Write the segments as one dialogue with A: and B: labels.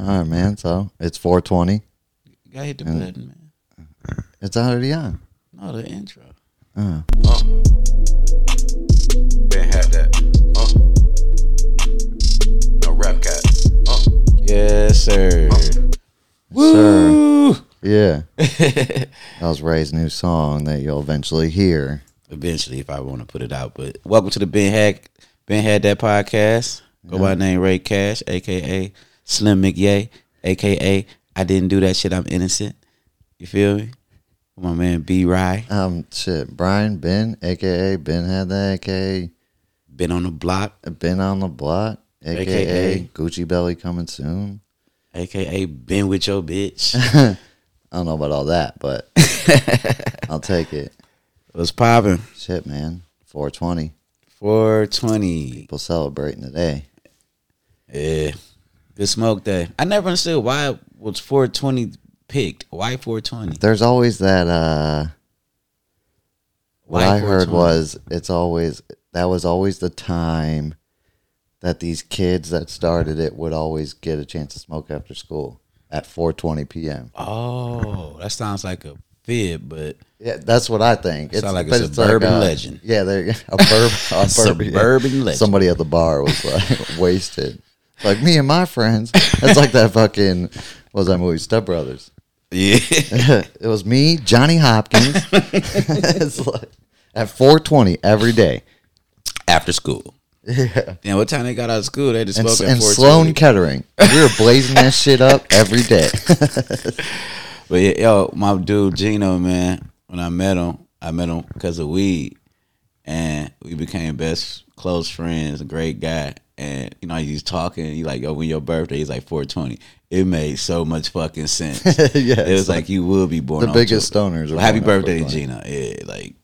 A: All right, man. So it's 420.
B: You gotta hit the button, man.
A: It's already on.
B: No, the intro.
A: Uh,
C: been had that. Uh. No rap cat. Uh.
B: Yes, sir.
A: sir.
B: Woo!
A: Yeah. That was Ray's new song that you'll eventually hear.
B: Eventually, if I want to put it out. But welcome to the Ben Hack Ben Had That podcast. Go by name Ray Cash, aka Slim McYay, aka I didn't do that shit. I'm innocent. You feel me? My man B Rye
A: Um, shit. Brian Ben, aka Ben had that, aka
B: been on the block,
A: Ben on the block, aka,
B: AKA.
A: Gucci Belly coming soon.
B: aka been with your bitch.
A: I don't know about all that, but I'll take it.
B: What's popping?
A: Shit, man. 420.
B: 420.
A: People celebrating today.
B: Yeah. Good smoke day. I never understood why it was 420 picked. Why 420?
A: There's always that. uh What
B: Why
A: I heard
B: 420?
A: was it's always that was always the time that these kids that started it would always get a chance to smoke after school at 4:20 p.m.
B: Oh, that sounds like a fib, but
A: Yeah, that's what I think.
B: Sound like a
A: but uh,
B: suburban legend.
A: Yeah, there a, burb, a suburban, yeah.
B: Suburban legend.
A: Somebody at the bar was like wasted. Like me and my friends. That's like that fucking what was that movie Step Brothers.
B: yeah.
A: it was me, Johnny Hopkins. it's like at 4:20 every day.
B: After school. Yeah. Damn, what time they got out of school? They just
A: And,
B: smoked at
A: and
B: 420.
A: Sloan Kettering. We were blazing that shit up every day.
B: But yeah, yo, my dude Gino, man, when I met him, I met him because of weed, and we became best close friends. A great guy, and you know he's talking. He like, yo, when your birthday? He's like four twenty. It made so much fucking sense.
A: Yeah,
B: it was like you will be born.
A: The
B: on
A: biggest
B: Tuesday.
A: stoners are
B: Well, happy
A: born on
B: birthday, to
A: 420.
B: Gino. Yeah, like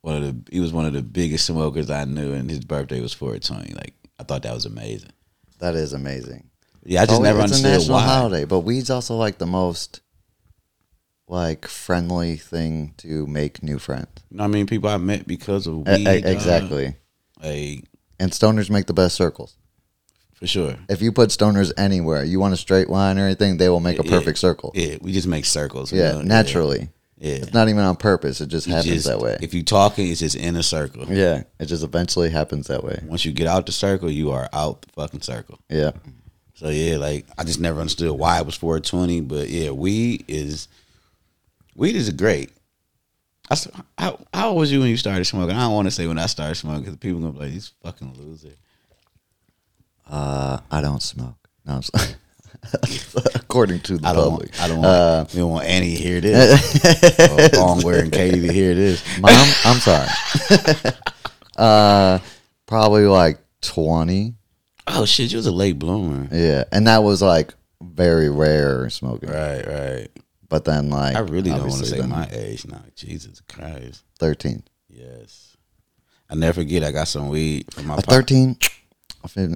B: one of the he was one of the biggest smokers I knew, and his birthday was four twenty. Like I thought that was amazing.
A: that is amazing.
B: Yeah, I just
A: Oh,
B: never
A: it's a
B: understood
A: national
B: why.
A: holiday, but weed's also like the most like friendly thing to make new friends.
B: You know what I mean? People I met because of
A: E-
B: weed.
A: e-
B: dog.
A: exactly.
B: Like
A: And stoners make the best circles.
B: for sure.
A: If you put stoners anywhere, you want a straight line or anything, they will make a
B: Yeah, yeah.
A: perfect circle. Yeah,
B: Yeah, we just make circles. we don't-
A: naturally.
B: Yeah, yeah.
A: It's not even on purpose. It just
B: You
A: happens
B: just-
A: that way.
B: If you talking, it's just in a circle.
A: yeah, it just eventually happens that way.
B: Once you get out the circle, you are out the fucking circle.
A: Yeah.
B: So yeah, like I just never understood why it was 420, but yeah, weed is weed is great. I s- how, how old was you when you started smoking? I don't want to say when I started smoking because people gonna be like, "He's fucking loser."
A: Uh, I don't smoke. No, I'm sorry. According to the
B: I don't.
A: public. Uh,
B: I don't. Want, we don't want Annie to hear this. or Longwear and Katie to hear this.
A: Mom, I'm sorry. uh, probably like 20.
B: Oh shit, you was a late bloomer.
A: Yeah. And that was like very rare smoking.
B: Right, right.
A: But then like
B: I really don't want
A: obviously
B: to say
A: then
B: my age now. Jesus Christ.
A: 13.
B: Yes. I never forget I got some weed from my
A: A 13? I feel-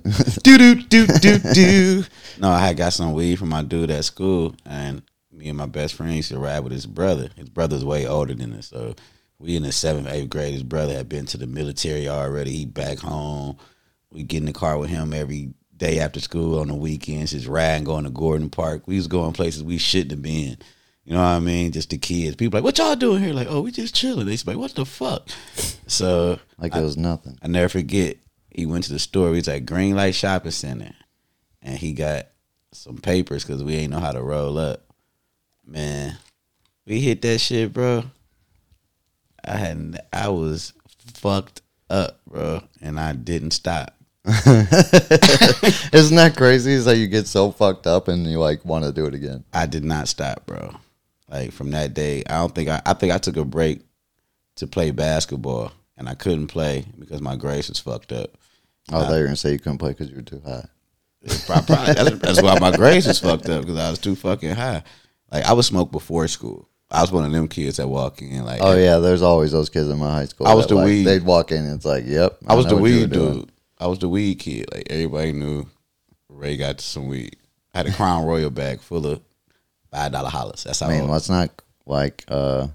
B: Do do do do do. No, I had got some weed from my dude at school and me and my best friend used to ride with his brother. His brother's way older than us. So we in the seventh, eighth grade. His brother had been to the military already. He back home. We get in the car with him every day after school on the weekends, just riding, going to Gordon Park. We was going places we shouldn't have been. You know what I mean? Just the kids. People like, what y'all doing here? Like, oh, we just chilling. They just like, what the fuck? So
A: like it was nothing.
B: I never forget. He went to the store. He was at Green Light Shopping Center, and he got some papers because we ain't know how to roll up. Man, we hit that shit, bro. I hadn't. I was fucked up, bro, and I didn't stop.
A: Isn't that crazy? Is that you get so fucked up and you like want to do it again?
B: I did not stop, bro. Like from that day, I don't think I. I think I took a break to play basketball, and I couldn't play because my grades was fucked up.
A: Oh, they were gonna say you couldn't play because you were too high.
B: Probably, that's, that's why my grades was fucked up because I was too fucking high. Like I would smoke before school. I was one of them kids that walk in like
A: Oh yeah, there's always those kids in my high school.
B: I was
A: that,
B: the
A: like,
B: weed-
A: They'd walk in and it's like, "Yep,
B: I was
A: know
B: the
A: what you
B: weed
A: were doing.
B: dude. I was the weed kid. Like everybody knew Ray got some weed. I had a Crown Royal bag full of five dollar hollas. That's how
A: I mean,
B: I,
A: let's not like uh,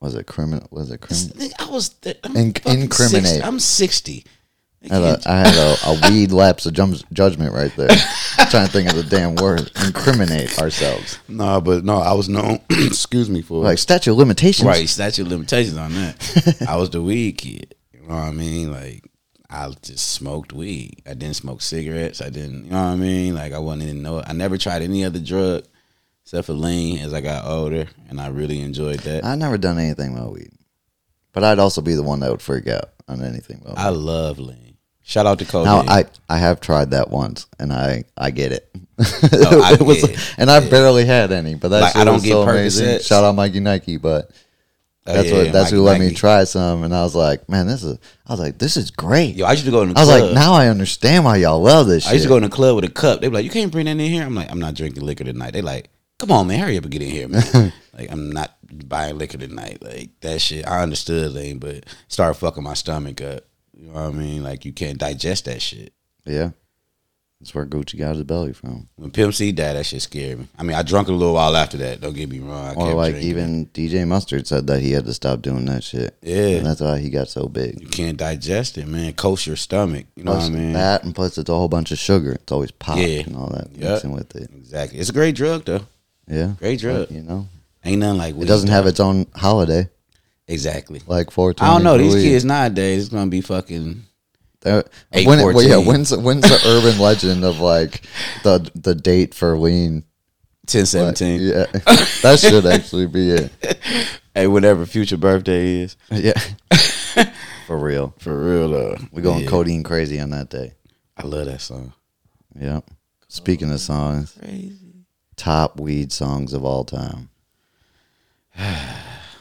A: was it criminal? Was it criminal?
B: Nigga, I was. Th- I'm
A: In-
B: fucking
A: incriminate.
B: 60. I'm sixty.
A: I had a, I had a, a weed lapse of jum- judgment right there. trying to think of the damn word. Incriminate ourselves.
B: No, but no, I was known. excuse me for
A: Like statute of limitations.
B: right statute of limitations on that. I was the weed kid. You know what I mean? Like I just smoked weed. I didn't smoke cigarettes. I didn't. You know what I mean? Like I wasn't even know. I never tried any other drug except for lean as I got older, and I really enjoyed that. I,
A: I never done anything about weed, but I'd also be the one that would freak out on anything about. weed.
B: love lean. Shout out to Cody.
A: now I I have tried that once and I I get it.
B: Oh, I
A: It was-
B: get it.
A: and I barely had any, but that's
B: Like,
A: I don't get so amazing.
B: Percocets.
A: Shout out Mikey Nike, but
B: Oh,
A: that's what that's who let me try some, and I was like, man, this is I was like, this is great.
B: Yo, I used to go in the
A: I was
B: club.
A: like, now I understand why y'all love this.
B: I used
A: shit.
B: to go in the club with a cup. They be like, "You can't bring that in here." I'm like, "I'm not drinking liquor tonight." They like, "Come on, man, hurry up and get in here, man." like, I'm not buying liquor tonight. Like that shit. I understood, Lane, but it started fucking my stomach up. You know what I mean? Like, you can't digest that shit.
A: yeah, that's where Gucci got his belly from.
B: When Pimp C died, that shit scared me. I mean, I drunk a little while after that. Don't get me wrong. I
A: Or
B: kept
A: like
B: drinking.
A: even DJ Mustard said that he had to stop doing that shit.
B: Yeah.
A: and that's why he got so big.
B: you can't digest it, man. Coast your stomach. You know
A: Plus
B: what I mean?
A: that, and plus it's a whole bunch of sugar. It's always pop
B: Yeah.
A: and all that
B: Yep.
A: mixing with it.
B: Exactly. It's a great drug though.
A: Yeah,
B: Great drug.
A: But, you know,
B: Ain't nothing like
A: it doesn't have its own holiday
B: exactly.
A: like 420.
B: I don't know. These
A: for weed.
B: kids nowadays it's gonna be fucking
A: They're-
B: Eight
A: Uh, When, well, yeah,
B: fourteen.
A: when's when's the urban legend of like the the date for lean?
B: ten
A: Like,
B: seventeen.
A: yeah, that should actually be it.
B: Hey, whatever future birthday is.
A: Yeah, for real.
B: For real though.
A: We're going
B: Yeah.
A: codeine crazy on that day.
B: I love that song.
A: Yep. Speaking of songs,
B: Crazy.
A: top weed songs of all time.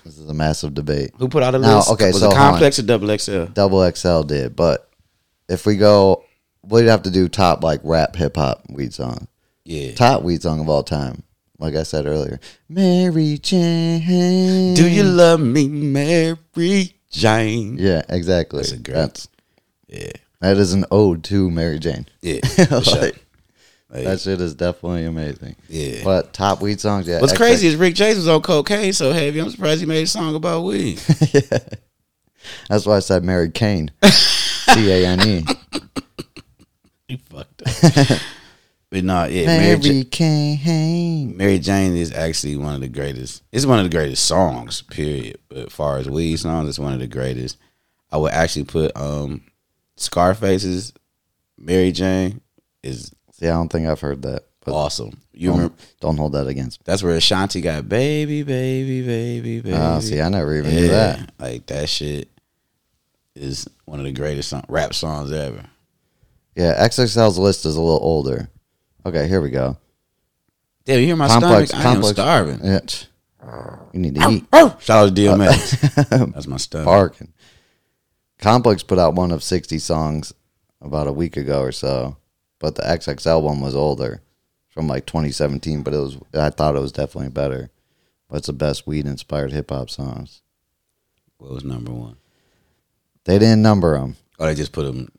A: This is a massive debate.
B: Who put out a
A: Now,
B: list?
A: okay,
B: was
A: so
B: it
A: hold on.
B: complex or double XL?
A: Double XL did, but if we go, we'd have to do top like rap, hip hop, weed song,
B: Yeah.
A: top weed song of all time. Like I said earlier, Mary Jane.
B: Do you love me, Mary Jane?
A: Yeah, exactly.
B: That's a great- Yeah.
A: that is an ode to Mary Jane.
B: Yeah. for sure.
A: Like,
B: Like,
A: That shit is definitely amazing.
B: Yeah.
A: But top weed songs, yeah.
B: What's
A: XX
B: crazy is Rick James was on cocaine so heavy. I'm surprised he made a song about weed.
A: That's why I said Mary Kane. C A N E.
B: he fucked up. but no, yeah, Mary, J-
A: Mary Kane.
B: Mary Jane is actually one of the greatest. It's one of the greatest songs, period. But as far as weed songs, it's one of the greatest. I would actually put um Scarface's Mary Jane is
A: See, I don't think I've heard that. But
B: awesome. You
A: don't,
B: remember
A: don't hold that against
B: that's where Ashanti got baby, baby, baby,
A: me.
B: baby.
A: Ah, see, I never even knew
B: yeah,
A: that.
B: like that shit is one of the greatest song, rap songs ever.
A: Yeah, XXL's list is a little older. Okay, here we go.
B: Damn, you hear my
A: Complex,
B: stomach?
A: complex.
B: I am starving.
A: Yeah. tch. You need to eat.
B: Shout out to
A: Uh,
B: DMX. that's my stomach.
A: Barking. Complex put out one of 60 songs about a week ago or so, but the XXL one was older from like 2017, but it was I thought it was definitely better. But it's the best weed inspired hip hop songs.
B: What was number one?
A: They didn't number them,
B: Oh, they just put him.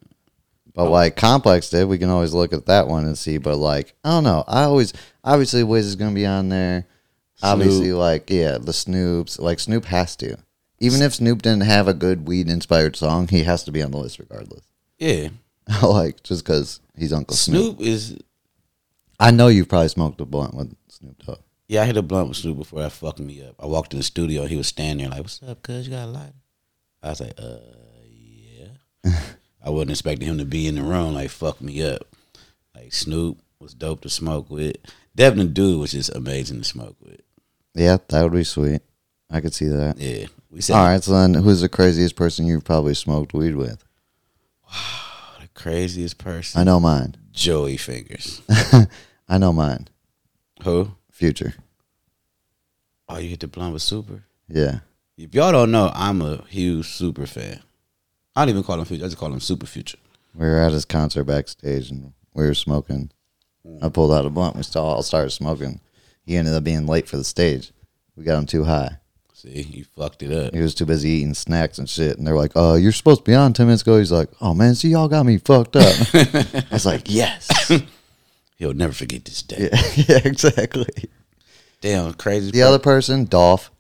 A: but like Complex did, we can always look at that one and see. But like, I don't know. I always, obviously, Wiz is going to be on there. Obviously, like, yeah, the Snoops. Like, Snoop has to. Even if Snoop didn't have a good weed inspired song, he has to be on the list regardless.
B: Yeah.
A: like just because he's Uncle Snoop.
B: Snoop is
A: I know you've probably smoked a blunt with Snoop Dogg.
B: yeah, I hit a blunt with Snoop before that fucked me up. I walked in the studio and he was standing there like, What's up, cuz you got a lighter? I was like, uh yeah. I wasn't expecting him to be in the room, like fuck me up. Like Snoop was dope to smoke with. Devin the Dude was just amazing to smoke with.
A: Yeah, that would be sweet. I could see that.
B: Yeah. We said
A: All right, so then who's the craziest person you've probably smoked weed with?
B: the craziest
A: I
B: person.
A: know mine.
B: Joey Fingers.
A: I know mine.
B: Who?
A: Future.
B: Oh, you hit the blunt with Super?
A: Yeah.
B: If y'all don't know, I'm a huge Super fan. I don't even call him Future. I just call him Super Future.
A: We were at his concert backstage and we were smoking. I pulled out a blunt. We still all started smoking. He ended up being late for the stage. We got him too high.
B: See, you fucked it up.
A: He was too busy eating snacks and shit. And they're like, "Uh, you're supposed to be on ten minutes ago." He's like, "Oh man, see, y'all got me fucked up." I was like, "Yes."
B: He'll never forget this day.
A: Yeah, yeah, exactly.
B: Damn, crazy.
A: The other person, Dolph,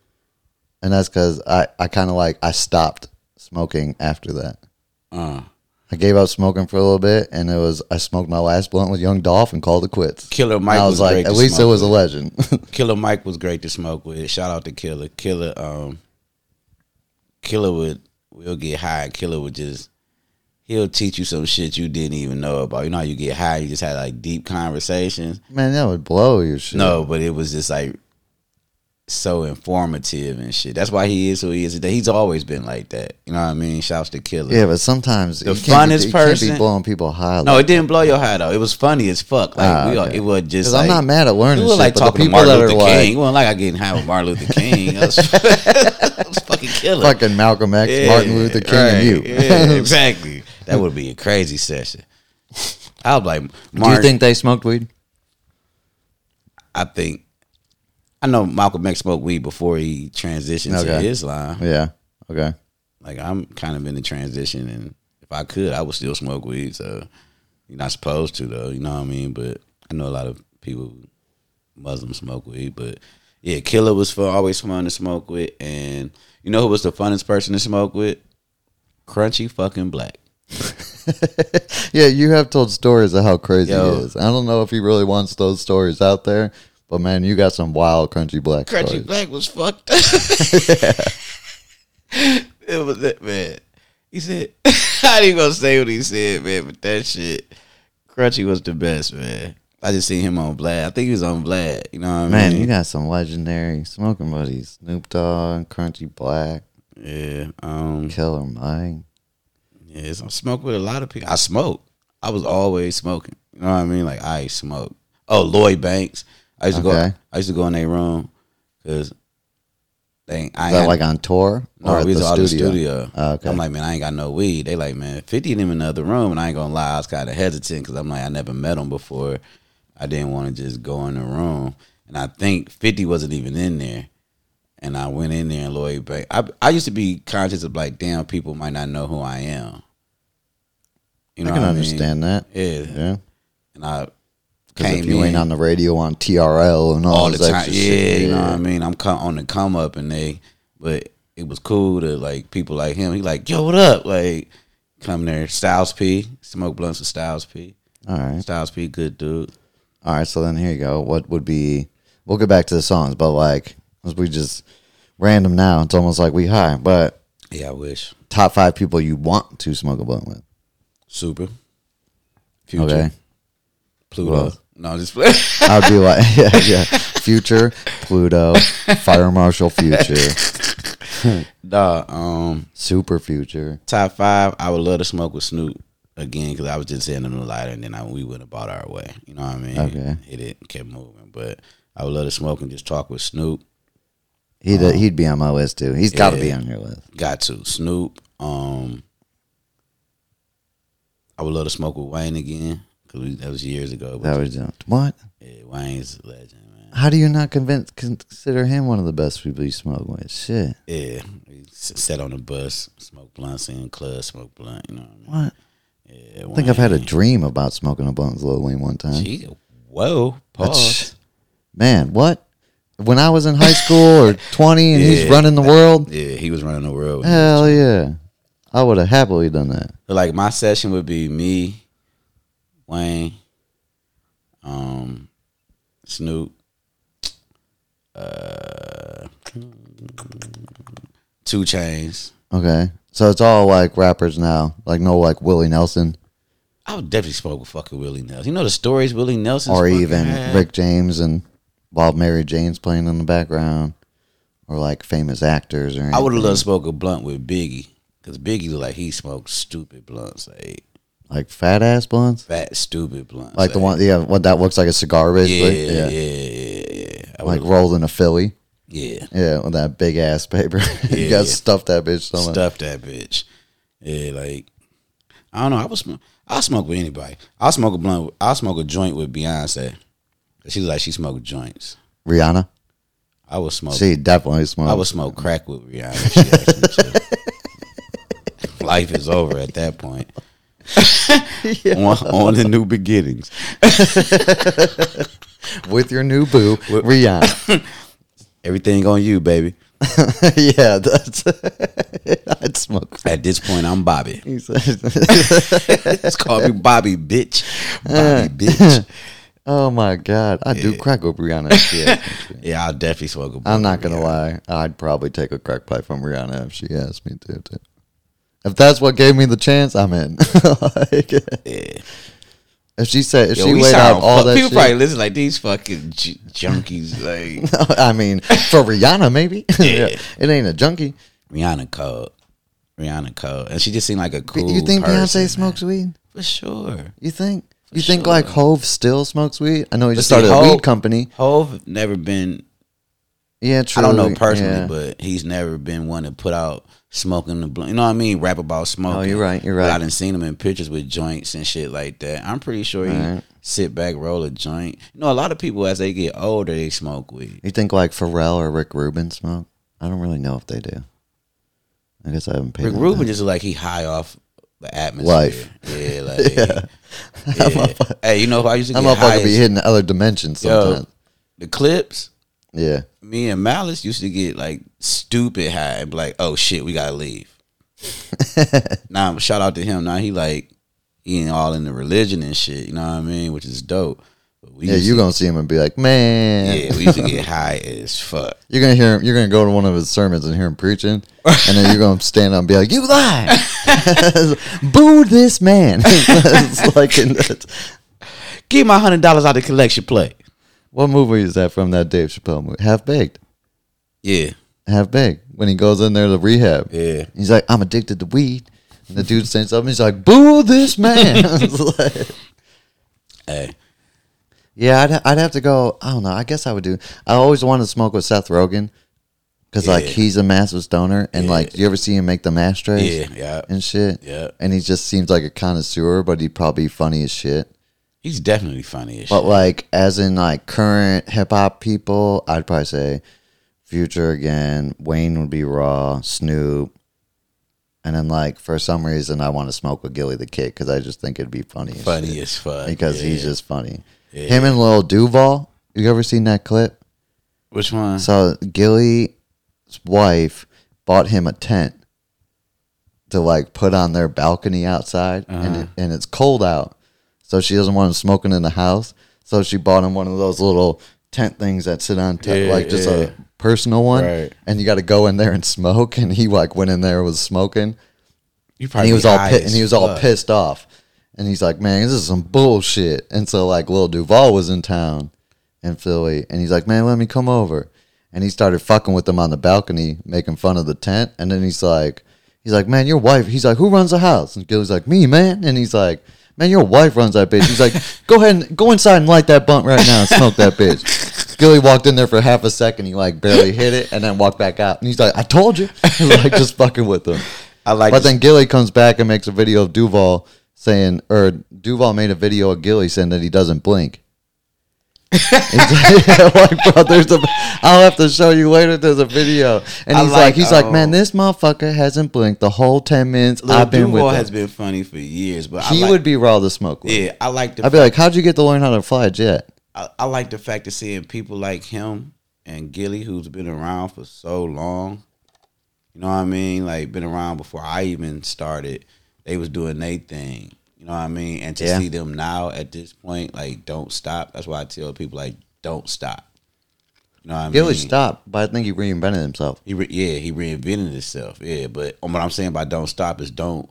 A: and that's because I, I kind of like I stopped smoking after that.
B: uh,
A: I gave up smoking for a little bit, and it was I smoked my last blunt with Young Dolph and called it quits.
B: Killer
A: And
B: Mike
A: I was,
B: was,
A: like,
B: great
A: at
B: to
A: least it
B: smoke
A: was a
B: with.
A: legend.
B: Killer Mike was great to smoke with. Shout out to Killer. Killer, um, Killer would will get high. Killer would just he'll teach you some shit you didn't even know about. You know how you get high, you just had like deep conversations.
A: Man, that would blow your shit.
B: No, but it was just like so informative and shit. That's why he is who he is today. He's always been like that. You know what I mean? Shouts to Killer.
A: Yeah, but sometimes
B: The
A: you can't
B: funnest
A: be, you can't be
B: person-
A: blowing people high.
B: No, it didn't blow your high though. It was funny as fuck. Like
A: Ah,
B: we all,
A: okay.
B: it was just.
A: because
B: Like,
A: I'm not mad at
B: You
A: learning
B: were
A: shit,
B: like
A: but the
B: talking to
A: people
B: Martin
A: that are
B: Luther King.
A: like
B: You weren't like I getting high with Martin Luther King. I was, I was fucking killer.
A: fucking Malcolm X, Martin Luther King,
B: right.
A: and you.
B: Yeah, exactly. That would be a crazy session. I was like,
A: Do
B: Martin,
A: you think they smoked weed?
B: I think I know Malcolm X smoked weed before he transitioned
A: Okay.
B: to Islam.
A: Yeah. Okay.
B: Like I'm kind of in the transition, and if I could, I would still smoke weed. So you're not supposed to, though. You know what I mean? But I know a lot of people, Muslims, smoke weed. But yeah, Killer was fun, always fun to smoke with, and you know who was the funnest person to smoke with? Crunchy fucking black.
A: Yeah, you have told stories of how crazy
B: Yo.
A: he is. I don't know if he really wants those stories out there, but man, you got some wild crunchy black
B: Crunchy
A: stories.
B: Black was fucked up. it was that man. He said, "I ain't gonna say what he said, man." But that shit, Crunchy was the best, man. I just seen him on Vlad. I think he was on Vlad. You know what I
A: Man,
B: mean?
A: you got some legendary smoking buddies. Snoop Dogg, Crunchy Black,
B: yeah. Um.
A: Killer Mike.
B: Yeah. I smoke with a lot of people. I smoke. I was always smoking. You know what I mean? Like I smoke. Oh, Lloyd Banks. I used to
A: Okay.
B: go. I used to go in their room because they. ain't- I
A: Is
B: ain't
A: that
B: had-
A: like on tour
B: No,
A: or at
B: Oh, we was
A: the
B: all in
A: studio?
B: the studio.
A: Oh, okay.
B: I'm like, man, I ain't got no weed. They like, man, 50 of them in the other room. And I ain't going to lie, I was kind of hesitant because I'm like, I never met them before. I didn't want to just go in the room. And I think 50 wasn't even in there. And I went in there and Lloyd Banks. I, I used to be conscious of like, damn, people might not know who I am. You
A: I
B: know
A: can
B: what
A: understand that.
B: I mean? Yeah.
A: Yeah,
B: And I
A: because
B: came
A: if you
B: in
A: ain't on the radio on TRL and all,
B: all the
A: this
B: time.
A: extra
B: Yeah,
A: shit,
B: you know what I mean. I'm come, on the come up, and they, but it was cool to like people like him. He like, yo, what up? Like, come there, Styles P, smoke blunts with Styles P.
A: All right,
B: Styles P, good dude.
A: all right. So then here you go. What would be? We'll get back to the songs, but like, as we just random now, it's almost like we high. But
B: Yeah, I wish.
A: top five people you want to smoke a blunt with?
B: Super. Future.
A: Okay,
B: Pluto.
A: Who else?
B: No, just play.
A: I'd be like, yeah, yeah. Future, Pluto, Fire Marshal, Future,
B: nah. Um,
A: Super Future.
B: top five. I would love to smoke with Snoop again because I was just sending him the lighter, and then I, we went about our way. You know what I mean?
A: Okay.
B: It, it kept moving, but I would love to smoke and just talk with Snoop.
A: He'd he'd be on my list too. He's got to be on your list.
B: Got to Snoop. Um, I would love to smoke with Wayne again because that was years ago. But
A: That was what?
B: yeah, Wayne's a legend, man.
A: How do you not convince consider him one of the best people you smoke with? Shit.
B: Yeah, he s- sat on the bus, smoke blunts in club, smoke blunt. You know what I mean?
A: What?
B: Yeah,
A: I think I've had a dream about smoking a blunt with Lil Wayne one time.
B: Gee, whoa, pause.
A: Man, what? When I was in high school or 20 and he's
B: Yeah.
A: running the world?
B: Yeah, he was running the world.
A: Hell yeah. I would have happily done that.
B: Like my session would be me, Wayne, um, Snoop, uh, Two Chains.
A: Okay. So it's all like rappers now. Like no like Willie Nelson
B: I would definitely smoke with fucking Willie Nelson. You know the stories Willie Nelson
A: or even Rick James and Bob Mary Jane's playing in the background or like famous actors or anything.
B: I would have loved to smoke a blunt with Biggie because Biggie looked like he smoked stupid blunts, like
A: like fat ass blunts.
B: fat stupid blunts,
A: Like the one, yeah, what that looks like a cigar,
B: Yeah,
A: basically.
B: yeah, yeah, yeah. yeah. I
A: Like
B: would've-
A: rolled in a Philly.
B: yeah.
A: Yeah, with that big ass paper. you
B: Yeah,
A: got
B: yeah.
A: stuffed that bitch so much.
B: Stuff that bitch. Yeah, like I don't know. I was smoke. I smoke with anybody. I smoke a blunt. I smoke a joint with Beyonce. She was like she smoked joints.
A: Rihanna.
B: I would smoke.
A: She definitely smoked.
B: I would smoke crack with Rihanna. if She asked me to. Life is over at that point. on, on the new beginnings.
A: With your new boo, Rihanna.
B: Everything on you, baby.
A: yeah, that's. I'd smoke.
B: At this point, I'm Bobby.
A: He said-
B: It's called me Bobby, bitch.
A: Uh.
B: Bobby, bitch.
A: oh my god, I do crack up Rihanna. Shit.
B: Yeah, I'll definitely smoke a.
A: I'm not gonna lie, I'd probably take a crack pipe from Rihanna if she asked me to. too. If that's what gave me the chance, I'm in. Like,
B: Yeah.
A: if she said, if
B: Yo,
A: she
B: we
A: laid out
B: sound
A: all
B: fuck-
A: that
B: People
A: shit,
B: probably listen like these fucking j- junkies. Like
A: I mean, for Rihanna maybe.
B: Yeah.
A: it ain't a junkie.
B: Rihanna Cole. Rihanna Cole. And she just seemed like a
A: But
B: cool.
A: you think
B: person,
A: Beyonce smokes weed?
B: man. For sure.
A: You think? You think like Hove still smokes weed? I know he just
B: see,
A: started a
B: Hov-
A: weed company.
B: Hove never been
A: Yeah, true.
B: I don't know personally,
A: yeah.
B: but he's never been one to put out smoking the blunt. You know what I mean? Rap about smoking.
A: Oh, you're right, you're
B: But I
A: right.
B: done seen him in pictures with joints and shit like that. I'm pretty sure he
A: Alright.
B: sit back, roll a joint. You know, a lot of people as they get older, they smoke weed.
A: You think like Pharrell or Rick Rubin smoke? I don't really know if they do. I guess I haven't paid.
B: Rick
A: them
B: Rubin
A: attention.
B: just like he high off the atmosphere.
A: Mm-hmm. Life.
B: Yeah, like yeah. Hey, you know who I used to
A: That
B: get
A: motherfucker
B: high
A: be
B: as-
A: hitting other dimensions
B: Yo,
A: sometimes.
B: the clips.
A: Yeah.
B: Me and Malice used to get like stupid high and be like, oh shit, we gotta leave. now shout out to him. Now he like he ain't all in the religion and shit, you know what I mean? Which is dope. But we
A: Yeah,
B: used
A: you
B: to,
A: gonna see him and be like, man.
B: Yeah, we used to get high as fuck.
A: You're gonna hear him. You're gonna go to one of his sermons and hear him preaching, and then you're gonna stand up and be like, "You lie, boo this man." it's like, in that-
B: Give my hundred dollars out of the collection plate.
A: what movie is that from? That Dave Chappelle movie, Half Baked.
B: Yeah.
A: Half Baked. When he goes in there to rehab,
B: Yeah.
A: he's like, "I'm addicted to weed," and the dude stands up and he's like, "Boo this man." It's like-
B: Hey.
A: yeah, I'd I'd have to go. I don't know. I guess I would do. I always wanted to smoke with Seth Rogen because like
B: Yeah.
A: he's a massive stoner, and
B: Yeah.
A: like you ever see him make the mash trays?
B: Yeah, yeah.
A: and shit.
B: Yeah.
A: And he just seems like a connoisseur, but he probably funny as shit.
B: He's definitely funny as
A: But
B: shit.
A: like as in like current hip hop people, I'd probably say Future again, Wayne would be raw, Snoop. And then like for some reason I want to smoke with Gilly the Kid cuz I just think it'd be funny. as shit.
B: Funny as fuck.
A: because
B: yeah.
A: he's just funny. Him and Lil Duval, you ever seen that clip?
B: Which one?
A: So Gilly's wife bought him a tent to like put on their balcony outside, and
B: Uh-huh.
A: it, and it's cold out, so she doesn't want him smoking in the house. So she bought him one of those little tent things that sit on top,
B: Yeah,
A: like just
B: yeah.
A: a personal one,
B: Right.
A: and you got to go in there and smoke. And he like went in there was smoking,
B: You
A: and he was all
B: high
A: pi- and
B: as
A: he was all
B: fuck.
A: pissed off, and he's like, "Man, this is some bullshit." And so like Lil Duval was in town in Philly, and he's like, "Man, let me come over," and he started fucking with them on the balcony, making fun of the tent, and then he's like, "He's like, man, your wife." He's like, "Who runs the house?" And Gilly's like, "Me, man," and he's like. Man, your wife runs that bitch. He's like, go ahead and go inside and light that blunt right now and smoke that bitch. Gilly walked in there for half a second. He like barely hit it and then walked back out. And he's like, I told you. like just fucking with him.
B: I like
A: But
B: this-
A: then Gilly comes back and makes a video of Duval saying, or Duval made a video of Gilly saying that he doesn't blink. he's like, like, bro, there's a, I'll have to show you later. There's a video, and
B: I
A: he's like,
B: like-
A: he's like, man,
B: oh.
A: this motherfucker hasn't blinked the whole ten minutes
B: Lil
A: I've been
B: Duval
A: with him.
B: has been funny for years, but
A: he
B: I like,
A: would be raw to smoke with.
B: Yeah, I like the
A: I'd be like, how'd you get to learn how to fly a jet?
B: I, I like the fact of seeing people like him and Gilly, who's been around for so long. You know what I mean? Like been around before I even started. They was doing their thing. You know what I mean? And to
A: Yeah.
B: see them now at this point, like don't stop. That's why I tell people like don't stop. You know what I
A: Gilly
B: mean?
A: stopped, but I think he reinvented himself.
B: He re- yeah, he reinvented himself. Yeah, but um, what I'm saying by don't stop is don't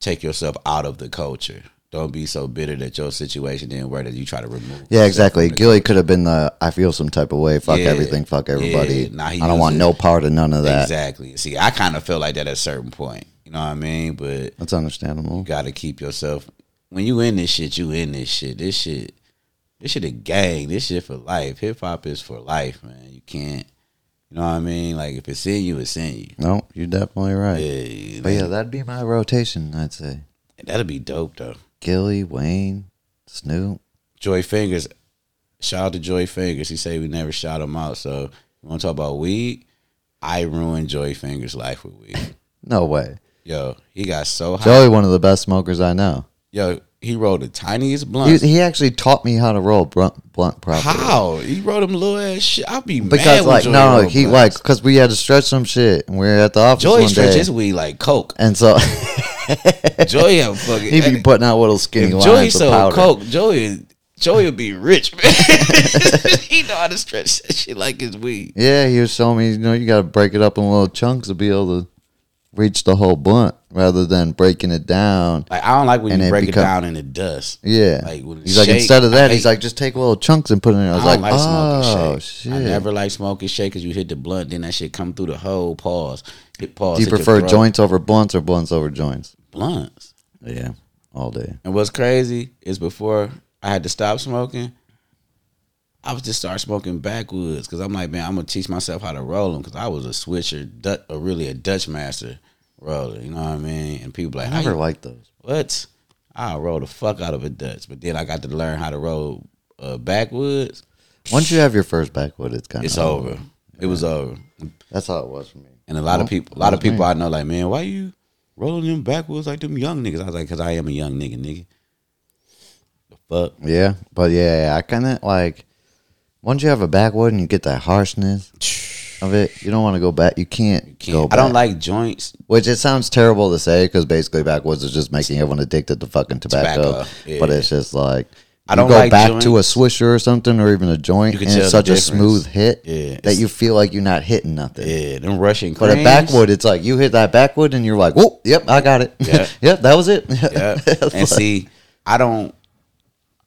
B: take yourself out of the culture. Don't be so bitter that your situation didn't work that you try to remove.
A: Yeah,
B: yourself
A: exactly.
B: from the
A: Gilly could have been the I feel some type of way. Fuck
B: Yeah.
A: everything. Fuck
B: Yeah.
A: everybody.
B: Nah, he
A: I don't want
B: uses-
A: no part of none of that.
B: Exactly. See, I kind of feel like that at a certain point. You know what I mean? But
A: That's understandable.
B: you got to keep yourself. When you in this shit, you in this shit. This shit, this shit a gang. This shit for life. Hip hop is for life, man. You can't. You know what I mean? Like if it's in you, it's in you.
A: No, you're definitely right.
B: Yeah, you
A: But yeah,
B: know?
A: that'd be my rotation, I'd say.
B: that'll be dope though.
A: Gilly, Wayne, Snoop.
B: Joy Fingers, shout out to Joy Fingers. He said we never shout him out. So you want to talk about weed? I ruined Joy Fingers' life with weed.
A: No way.
B: Yo, he got so high.
A: Joey, one of the best smokers I know.
B: Yo, he rolled the tiniest blunt.
A: He, was- he actually taught me how to roll blunt, blunt properly.
B: How he wrote him little ass shit? I'll be mad
A: Because
B: when
A: like
B: Joy
A: no,
B: wrote
A: he
B: blunts.
A: like because we had to stretch some shit and we were at the office
B: Joy
A: one
B: stretch
A: day,
B: his weed like coke.
A: and so
B: Joy have fucking.
A: he be putting out little skinny
B: if Joey
A: lines of
B: sold
A: powder.
B: coke, Joey Joey would be rich, man. he know how to stretch that shit like his weed.
A: Yeah, he was showing me you know you got to break it up in little chunks to be able to reach the whole blunt rather than breaking it down.
B: Like I don't like when
A: And
B: you
A: it
B: break
A: become-
B: it down in the dust.
A: Yeah,
B: Like, when
A: he's
B: shake,
A: like instead of
B: I
A: that, he's
B: hate-
A: like just take little chunks and put it in. I
B: I
A: was
B: don't
A: like,
B: like, smoking
A: oh
B: shake.
A: shit.
B: I never like smoking shake because you hit the blunt, then that shit come through the whole pause. Hit pause.
A: Do you
B: hit your
A: prefer
B: throat.
A: joints over blunts or blunts over joints?
B: blunts?
A: Yeah, all day.
B: And what's crazy is before I had to stop smoking, I was just start smoking backwoods because I'm like, man, I'm gonna teach myself how to roll them because I was a switcher, du- or really a Dutch master roller. You know what I mean? And people like,
A: I
B: how
A: never
B: you,
A: liked those.
B: what? I roll the fuck out of a Dutch, but then I got to learn how to roll uh, backwoods.
A: Once you have your first backwood, it's kind of
B: It's over. It was over.
A: That's how it was for me.
B: And a lot
A: Well,
B: of people, a lot of
A: that's me.
B: people I know, like, man, why you rolling them backwoods like them young niggas? I was like, because I am a young nigga, nigga. The fuck.
A: Yeah, but yeah, I kind of like once you have a backwood and you get that harshness of it, you don't want to go back. You can't, go.
B: I
A: Back.
B: don't like joints.
A: Which it sounds terrible to say because basically backwoods is just making everyone addicted to fucking tobacco.
B: Tobacco, yeah.
A: But it's just like
B: I
A: you
B: don't
A: go
B: like
A: back to a
B: joints.
A: swisher or something or even a joint,
B: You can
A: and it's
B: tell
A: such
B: the
A: a
B: difference.
A: smooth hit
B: Yeah,
A: that
B: it's-
A: you feel like you're not hitting nothing.
B: Yeah, them Russian
A: But
B: creams.
A: a backwood, it's like you hit that backwood and you're like, whoop, yep, I got it.
B: Yeah.
A: yep, that was it.
B: Yeah.
A: It's
B: and
A: like-
B: see, I don't.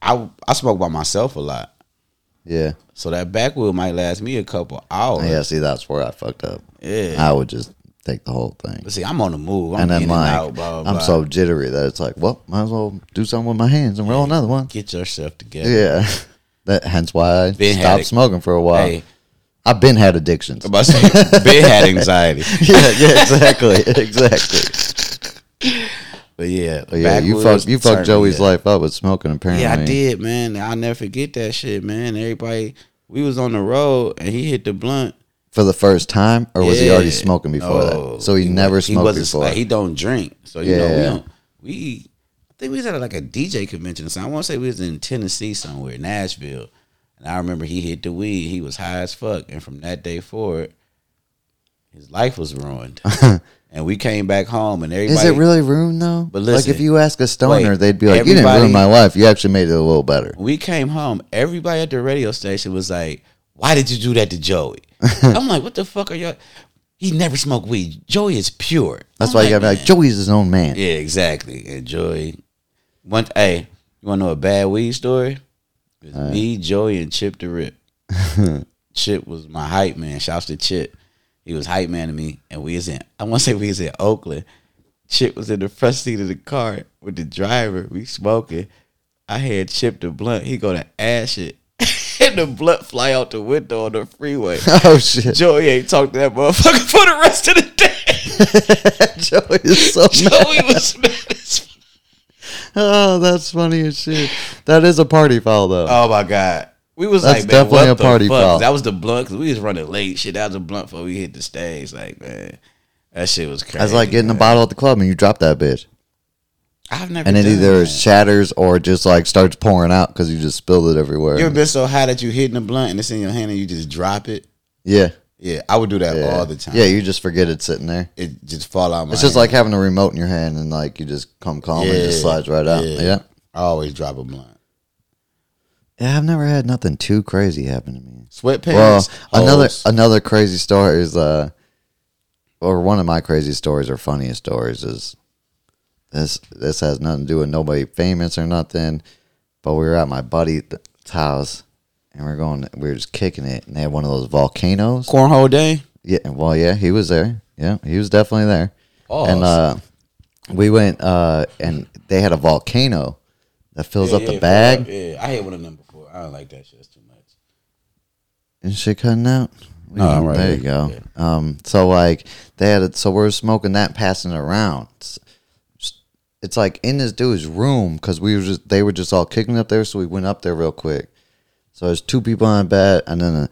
B: I I smoke by myself a lot,
A: yeah.
B: so that backwood might last me a couple hours.
A: Yeah, see, that's where I fucked up.
B: Yeah.
A: I would just take the whole thing.
B: But see, I'm on the move. I'm
A: And
B: in
A: then, like,
B: and out. Blah, blah,
A: I'm
B: blah.
A: so jittery that it's like, well, might as well do something with my hands and roll another one.
B: get yourself together.
A: Yeah. That hence why I
B: Been had
A: stopped
B: it.
A: smoking for a while.
B: Hey,
A: I've been had addictions.
B: I'm about to say, Ben had anxiety,
A: yeah, yeah, exactly, exactly.
B: but yeah,
A: But yeah, you
B: backwoods
A: fucked you fucked
B: turned me
A: Joey's
B: up.
A: life up with smoking. Apparently,
B: Yeah, I did, man. I'll never forget that shit, man. Everybody, we was on the road and he hit the blunt.
A: for the first time, or was he already
B: Yeah.
A: smoking before
B: No,
A: that? So he, never
B: wa-
A: smoked
B: wasn't-
A: before.
B: like, he don't drink, so you know we
A: Yeah.
B: don't. We I think we was at like a DJ convention or something. I want to say we was in Tennessee somewhere, Nashville, and I remember he hit the weed. He was high as fuck, and from that day forward, his life was ruined. and we came back home, and everybody
A: Is it really ruined though?
B: But
A: like if
B: listen,
A: you ask a stoner,
B: wait,
A: they'd be like, "You didn't
B: everybody-
A: ruin my life. You actually made it a little better."
B: we came home, everybody at the radio station was like, Why did you do that to Joey? I'm like, What the fuck are y'all? He never smoked weed. Joey is pure.
A: That's
B: I'm
A: why you gotta be like,
B: "Man."
A: "Joey's his own man."
B: Yeah, exactly. And Joey, one, hey, you want to know a bad weed story? It's me, Joey, and Chip the Rip. Chip was my hype man. Shouts to Chip. He was hype man to me, and we was in. I want to say we was in Oakland. Chip was in the front seat of the car with the driver. We smoking. I had Chip the blunt. He gonna ash it, and the blunt fly out the window on the freeway.
A: Oh shit,
B: Joey ain't talked to that motherfucker for the rest of the day.
A: Joey is so mad.
B: Joey was mad as fuck.
A: Oh, that's funny as shit. That is a party foul though.
B: Oh my god, we was
A: That's
B: like, man,
A: definitely
B: what
A: a
B: the
A: party
B: fuck?
A: foul.
B: That was the blunt because we was running late. Shit, that was a blunt before we hit the stage. Like, man, that shit was crazy.
A: That's like getting
B: man.
A: a bottle at the club and you drop that bitch.
B: I've never
A: and it
B: done
A: either
B: that.
A: shatters or just like starts pouring out because you just spilled it everywhere.
B: you ever been so high that you hitting a blunt and it's in your hand and you just drop it.
A: yeah,
B: Yeah, I would do that
A: yeah,
B: all the time.
A: Yeah, you just forget it's sitting there.
B: it just fall out. My
A: It's just
B: hand.
A: like having a remote in your hand and like you just come calm and it just
B: Yeah,
A: slides right out. Yeah.
B: yeah.
A: yeah,
B: I always drop a blunt.
A: I've never had nothing too crazy happen to me. Well,
B: Sweatpants.
A: another
B: hoes.
A: another crazy story is uh, or one of my crazy stories or funniest stories is this. This has nothing to do with nobody famous or nothing, but we were at my buddy's house and we are going. We were just kicking it, and they had one of those volcanoes.
B: cornhole day.
A: Yeah, well, yeah, he was there. Yeah, he was definitely there.
B: Oh,
A: and uh, we went uh, and they had a volcano that fills
B: Yeah,
A: up
B: yeah,
A: the
B: for
A: bag
B: real. Yeah, I had one of them before. I don't like that shit. It's too much.
A: and shit cutting out. We
B: No,
A: can-
B: I'm right
A: There
B: here.
A: you go. Um, so like they had it. So we're smoking that, passing it around. It's, it's like in this dude's room because we were just they were just all kicking up there, so we went up there real quick. So there's two people on bed and then a,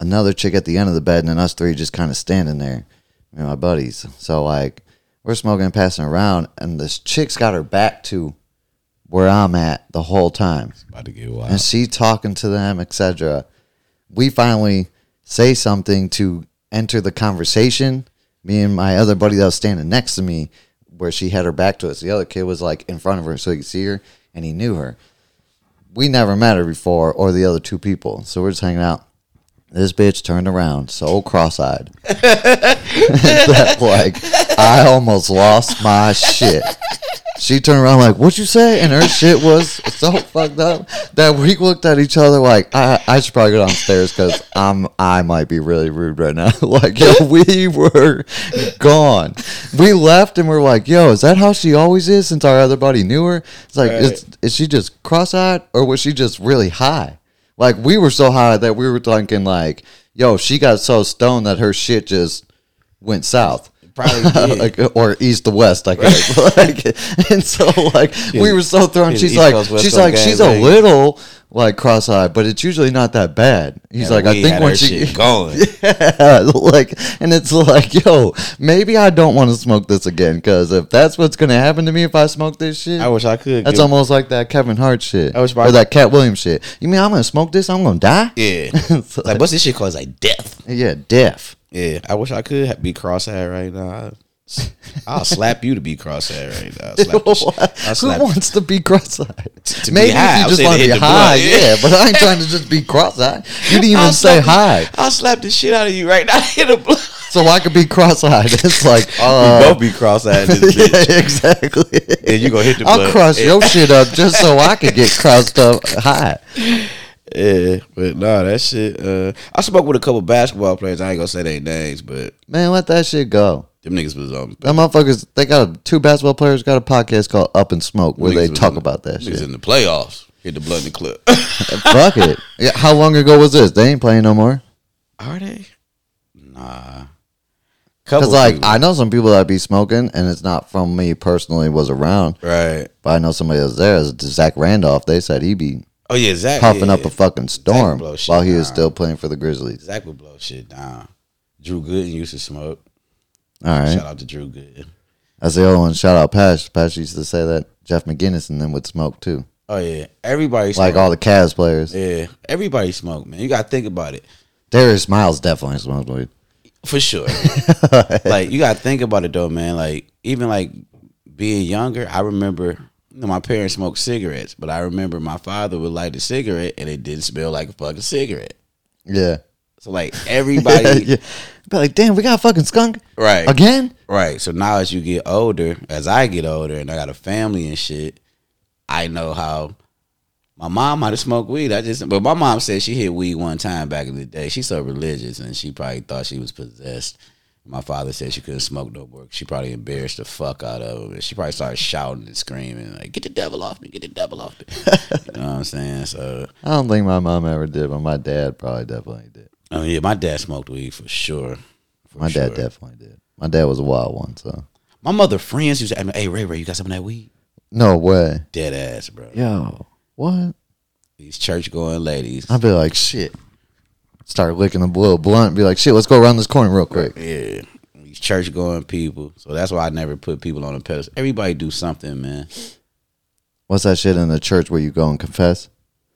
A: another chick at the end of the bed, and then us three just kind of standing there, me and my buddies. So like we're smoking and passing around, and this chick's got her back to where I'm at the whole time.
B: About to get wild.
A: and she talking to them, etc. We finally say something to enter the conversation. Me and my other buddy that was standing next to me, where she had her back to us. The other kid was like in front of her, so he could see her, and he knew her. We never met her before, or the other two people, so we're just hanging out. This bitch turned around, so cross-eyed, that like I almost lost my shit she turned around like, "What you say?" And her shit was so fucked up that we looked at each other like, "I, I should probably go downstairs because I'm I might be really rude right now." like, yo, we were gone. We left and we're like, "Yo, is that how she always is?" Since our other buddy knew her, it's like, is, is she just cross-eyed or was she just really high? Like, we were so high that we were thinking like, "Yo, she got so stoned that her shit just went south."
B: Probably did.
A: like, or east to west, I guess. like, and so like we were so thrown.
B: She's
A: She's
B: East
A: like,
B: Coast, West
A: she's
B: Coast
A: like, she's a
B: gangbang.
A: little like cross-eyed, but it's usually not that bad. He's
B: And
A: like, I
B: we
A: think
B: had
A: when
B: her
A: she,
B: shit going,
A: yeah, like, and it's like, yo, maybe I don't want to smoke this again because if that's what's gonna happen to me if I smoke this shit,
B: I wish I could.
A: that's
B: give-
A: almost like that Kevin Hart shit
B: I was
A: or
B: about-
A: that Cat Williams shit. You mean I'm gonna smoke this? I'm gonna die?
B: Yeah.
A: It's
B: like, what's this shit called? It's like death.
A: Yeah, deaf.
B: Yeah. I wish I could ha- be cross-eyed right now. I- I'll slap you to be cross-eyed right now. I'll slap the shit- I'll
A: Who
B: slap-
A: wants to be cross-eyed?
B: to be
A: Maybe
B: high.
A: if
B: I'm
A: you just
B: saying
A: want
B: to
A: to be
B: hit the
A: high,
B: blunt,
A: yeah.
B: yeah.
A: But I ain't trying to just be cross-eyed. You didn't
B: I'll
A: even say
B: slap the-
A: hi,
B: I'll slap the shit out of you right now. Hit a block.
A: so I could be cross-eyed. It's like,
B: we
A: uh,
B: both be cross-eyed in this bitch.
A: yeah, exactly.
B: Then you gonna hit the
A: I'll
B: blunt.
A: cross your shit up just so I could get crossed up high.
B: Yeah, but nah, that shit. Uh, I spoke with a couple basketball players. I ain't gonna say their names, but
A: Man, let that shit go.
B: them niggas was um,
A: Them motherfuckers, they got a, two basketball players got a podcast called Up and Smoke where
B: niggas
A: they
B: was
A: talk
B: in the-
A: about that
B: niggas
A: shit.
B: in the playoffs. Hit the blood in the clip.
A: Fuck it. Yeah, how long ago was this? They ain't playing no more.
B: Are they? Nah.
A: Because
B: Couple
A: like
B: people.
A: I know some people that be smoking, and it's not from me personally was around,
B: right.
A: but I know somebody that was there. Is Zach Randolph? They said he be
B: Oh yeah, Zach
A: puffing
B: yeah.
A: up a fucking storm
B: blow shit
A: while he was
B: down.
A: still playing for the Grizzlies.
B: Zach would blow shit down. Drew Gooden used to smoke.
A: All right,
B: Shout out to Drew Gooden.
A: that's the other one. Shout out Pash. Pash used to say that Jeff McGinnis and them would smoke too,
B: Oh yeah, everybody
A: like
B: smoked.
A: all the Cavs players.
B: yeah, everybody smoked, man. You gotta think about it.
A: Darius Miles definitely smoked weed.
B: For sure. like you gotta think about it though, man. Like even like being younger, I remember you know, my parents smoked cigarettes, but I remember my father would light a cigarette and it didn't smell like a fucking cigarette.
A: Yeah,
B: So like everybody
A: yeah. Be like, damn, we got a fucking skunk
B: Right.
A: again.
B: Right. So now as you get older, as I get older and I got a family and shit, I know how my mom might have smoked weed. I just but my mom said she hit weed one time back in the day. She's so religious and she probably thought she was possessed. My father said she couldn't smoke no more. She probably embarrassed the fuck out of him. And she probably started shouting and screaming, like, get the devil off me, get the devil off me. you know what I'm saying? So
A: I don't think my mom ever did, but my dad probably definitely did.
B: I mean, yeah, my dad smoked weed for sure. For
A: My dad
B: sure.
A: definitely did. My dad was a wild one, so
B: My mother friends used to ask me, Hey Ray Ray, you got some of that weed?
A: no way.
B: Dead ass, bro.
A: Yo, what?
B: these church going ladies.
A: I'd be like, shit. Start licking a little blunt. Be like, shit. Let's go around this corner real quick.
B: Yeah. These church going people. So that's why I never put people on a pedestal. Everybody do something, man.
A: What's that shit in the church where you go and confess?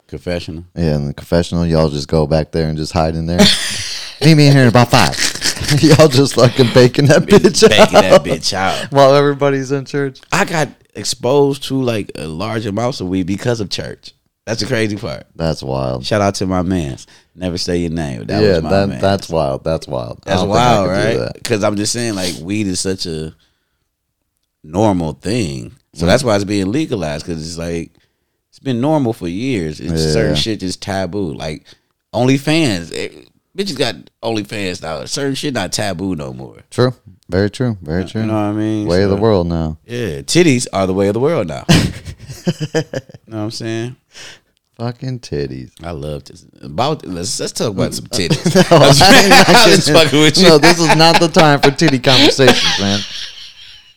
B: Confessional.
A: Yeah, in the confessional, y'all just go back there and just hide in there. Meet me in here in about five. y'all just fucking baking that bitch
B: Baking
A: out
B: that bitch out.
A: while everybody's in church.
B: I got exposed to like a large amounts of weed because of church. That's the crazy part.
A: That's wild.
B: Shout out to my mans. Never say your name. That
A: yeah,
B: was my
A: that
B: mans.
A: that's wild. That's wild. I
B: That's
A: don't think I
B: wild,
A: could do
B: right?
A: that.
B: Because I'm just saying, like, weed is such a normal thing. So that's why it's being legalized. Because it's like it's been normal for years. It's just
A: Yeah.
B: certain shit just taboo. Like OnlyFans, it, bitches got OnlyFans now. Certain shit not taboo no more.
A: True. Very true. Very true.
B: You know what I mean?
A: Way of the
B: So,
A: world now.
B: Yeah, titties are the way of the world now. you know what I'm saying?
A: Fucking titties.
B: I love this. About let's let's talk about some titties.
A: No,
B: I'm just-
A: I ain't not
B: I'm just
A: getting-
B: fucking with you.
A: No, this is not the time for titty conversations, man.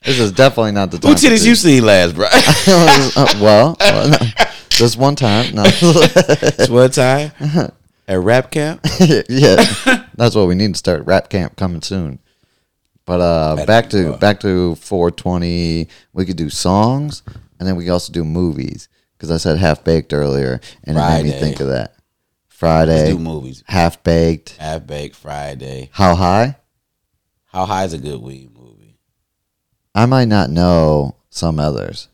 A: This is definitely not the time.
B: Who
A: for
B: titties you seen last, bro?
A: Uh, well, uh, no. just one time. No.
B: It's one time
A: Uh-huh.
B: at rap camp.
A: yeah, that's what we need to start. Rap camp coming soon. But uh, back to back to 420. We could do songs. And then we also do movies because I said half baked earlier, and it made me
B: Friday.
A: think of that.
B: Let's do
A: Friday,
B: movies.
A: half baked,
B: Half Baked Friday.
A: how high?
B: How high is a good weed movie?
A: I might not know some others.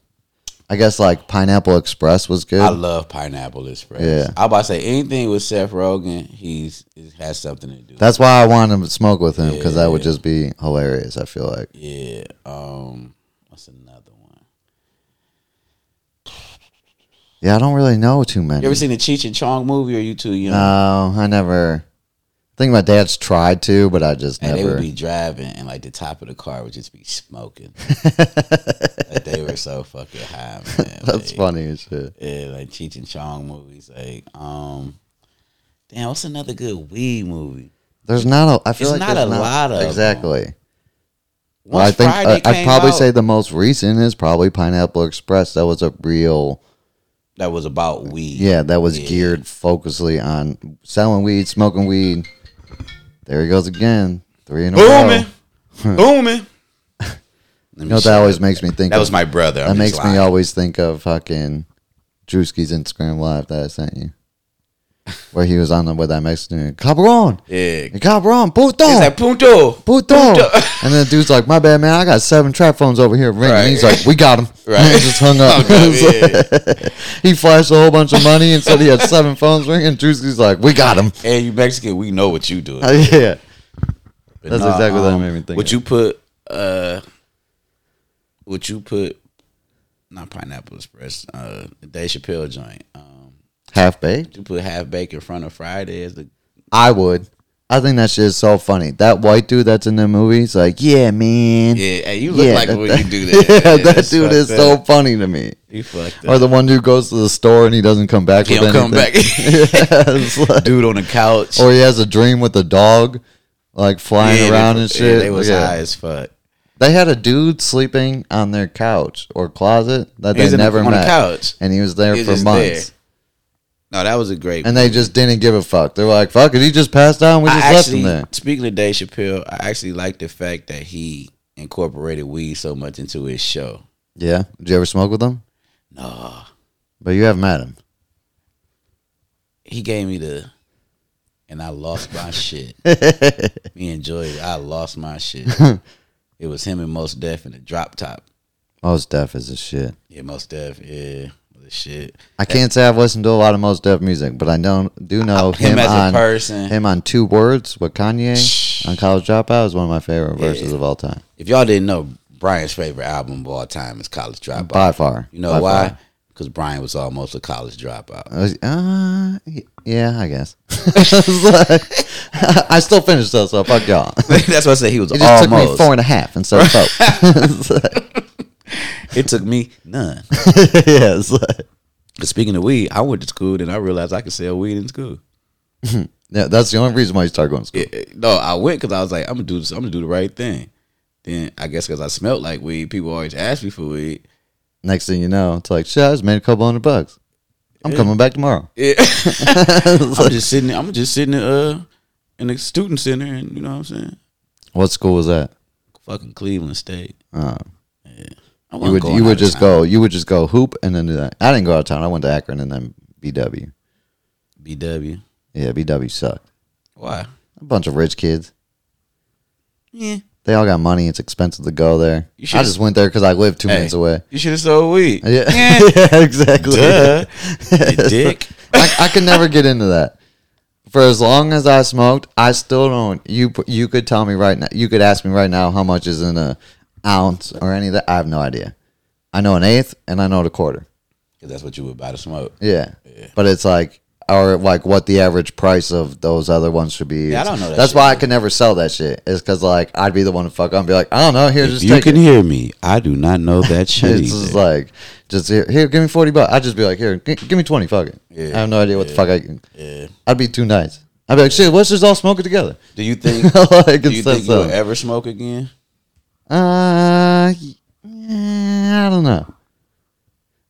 A: I guess like Pineapple Express was good.
B: I love Pineapple Express.
A: Yeah.
B: I about to say anything with Seth Rogen, he's it has something to do.
A: That's why I wanted to smoke with him because that would
B: Yeah.
A: just be hilarious. I feel like
B: yeah. Um, what's another one?
A: yeah, I don't really know too many.
B: You ever seen the Cheech and Chong movie? Or you too young?
A: No, I never. I think my dad's tried to, but I just
B: And they
A: never.
B: would be driving, and like the top of the car would just be smoking. like they were so fucking high, man.
A: That's
B: Like,
A: funny as shit.
B: Yeah, like Cheech and Chong movies. Like, um, damn, what's another good weed movie?
A: There's not a. I feel
B: It's
A: like
B: not
A: there's
B: a lot of 'em.
A: exactly. Well, I
B: Once
A: think
B: Friday
A: I, I'd
B: came
A: probably
B: out,
A: say the most recent is probably Pineapple Express. That was a real.
B: that was about weed.
A: Yeah, that was
B: Yeah.
A: geared focusedly on selling weed, smoking weed. There he goes again. Three in a row.
B: booming, booming.
A: You know what that always makes me think
B: That
A: of?
B: was my brother.
A: that makes me always think of fucking Drewski's Instagram live that I sent you, where he was on the with that Mexican cabron,
B: Yeah,
A: cabron, puto,
B: It's like punto.
A: puto,
B: puto.
A: and then the dude's like, "My bad, man, I got seven trap phones over here ringing."
B: Right.
A: He's like, "We got him."
B: Right. Oh,
A: And he just hung up.
B: Hung
A: he flashed a whole bunch of money and said he had seven phones ringing. Drewski's like, "We got him."
B: Hey, you Mexican, we know what you doing.
A: Oh, yeah,
B: But um,
A: That's exactly what that made me think
B: Would
A: of.
B: you put uh would you put not pineapple express, uh the Dave Chappelle joint. Um
A: half baked.
B: would you put half baked in front of Friday as the
A: I would. I think that shit is so funny. That white dude that's in the movie, he's like, "Yeah, man."
B: Yeah, hey, you look like
A: that-
B: when
A: that-
B: you do that.
A: Yeah,
B: Yeah,
A: that
B: it's
A: dude
B: fucked
A: is
B: up.
A: so funny to me.
B: you fucked
A: Or
B: up.
A: the one who goes to the store and he doesn't come back.
B: He
A: with
B: don't come back.
A: anything. Yeah, it's like-
B: Dude on the couch.
A: or he has a dream with a dog, like flying
B: Yeah,
A: around
B: they-
A: and
B: yeah,
A: shit.
B: they was
A: Yeah.
B: high as fuck.
A: They had a dude sleeping on their couch or closet that
B: He was
A: they
B: in the-
A: never
B: on the
A: met,
B: couch.
A: and he was there
B: He was
A: for
B: just
A: months.
B: there. No, that was a great
A: And they just didn't give a fuck. They were like, "Fuck it, he just passed out. and We
B: I
A: just left
B: actually,
A: him there."
B: Speaking of Dave Chappelle, I actually like the fact that he incorporated weed so much into his show.
A: Yeah. Did you ever smoke with him?
B: Nah,
A: But you have met him.
B: he gave me the, and I lost my shit. Me and Joy, I lost my shit. it was him and Most Def in the drop top.
A: Most Def is a shit.
B: Yeah, Most Def. Yeah, the shit.
A: I can't say I've listened to a lot of most Def music, but I don't do know him,
B: Oh, Him, as
A: on
B: a person.
A: him on two words with Kanye on College Dropout is one of my favorite verses of all time
B: If y'all didn't know, Brian's favorite album of all time is College Dropout.
A: by far.
B: you know
A: by
B: why?
A: far.
B: Because Brian was almost a college dropout.
A: I was- Uh, y- yeah, I guess. It's like- I still finished though, so fuck y'all.
B: That's why I said he was
A: It just
B: almost.
A: took me four and a half instead of four. It's like-
B: It took me none.
A: yeah, it's like-
B: But speaking of weed, I went to school and I realized I could sell weed in school.
A: yeah, that's the only reason why you start going to school.
B: It- it- no, I went because I was like, I'm gonna do this. I'm gonna do the right thing. Then I guess because I smelled like weed, people always ask me for weed.
A: Next thing you know, it's like, shit, I just made a couple hundred bucks. I'm coming back tomorrow.
B: Yeah.
A: It's
B: I'm
A: like-
B: just sitting. I'm just sitting uh in the student center, and you know what I'm saying.
A: what school was that?
B: Fucking Cleveland State.
A: Uh,
B: I
A: You
B: wasn't
A: would
B: going
A: you
B: out
A: would
B: of
A: just
B: town.
A: go you would just go hoop and then do that. I didn't go out of town. I went to Akron and then BW.
B: BW.
A: Yeah, BW sucked.
B: Why?
A: A bunch of rich kids.
B: Yeah.
A: They all got money. It's expensive to go there.
B: You
A: I
B: should've-
A: just went there because I lived two
B: Hey.
A: minutes away.
B: You should have sold weed.
A: Yeah, yeah exactly.
B: Duh. You dick.
A: I, I could never get into that. For as long as I smoked, I still don't. You you could tell me right now. You could ask me right now how much is in a ounce or any of that. I have no idea. I know an eighth and I know the quarter.
B: 'Cause that's what you would buy to smoke.
A: Yeah. But it's like or like what the average price of those other ones should be.
B: Yeah, I don't know that
A: That's
B: shit,
A: why I could never sell that shit. It's because like I'd be the one to fuck up and be like, I don't know. Here, just
B: you
A: take
B: can
A: it.
B: hear me. I do not know that shit.
A: It's just
B: either.
A: like, just here, here, give me forty bucks. I'd just be like, here, g- give me twenty. Fuck it.
B: Yeah,
A: I have no idea what the fuck I. can
B: Yeah.
A: I'd be too nice. I'd be like, shit, let's just all smoke it together.
B: Do you think?
A: like,
B: do you
A: instead
B: think you'll
A: of-
B: ever smoke again?
A: Uh, yeah, I don't know.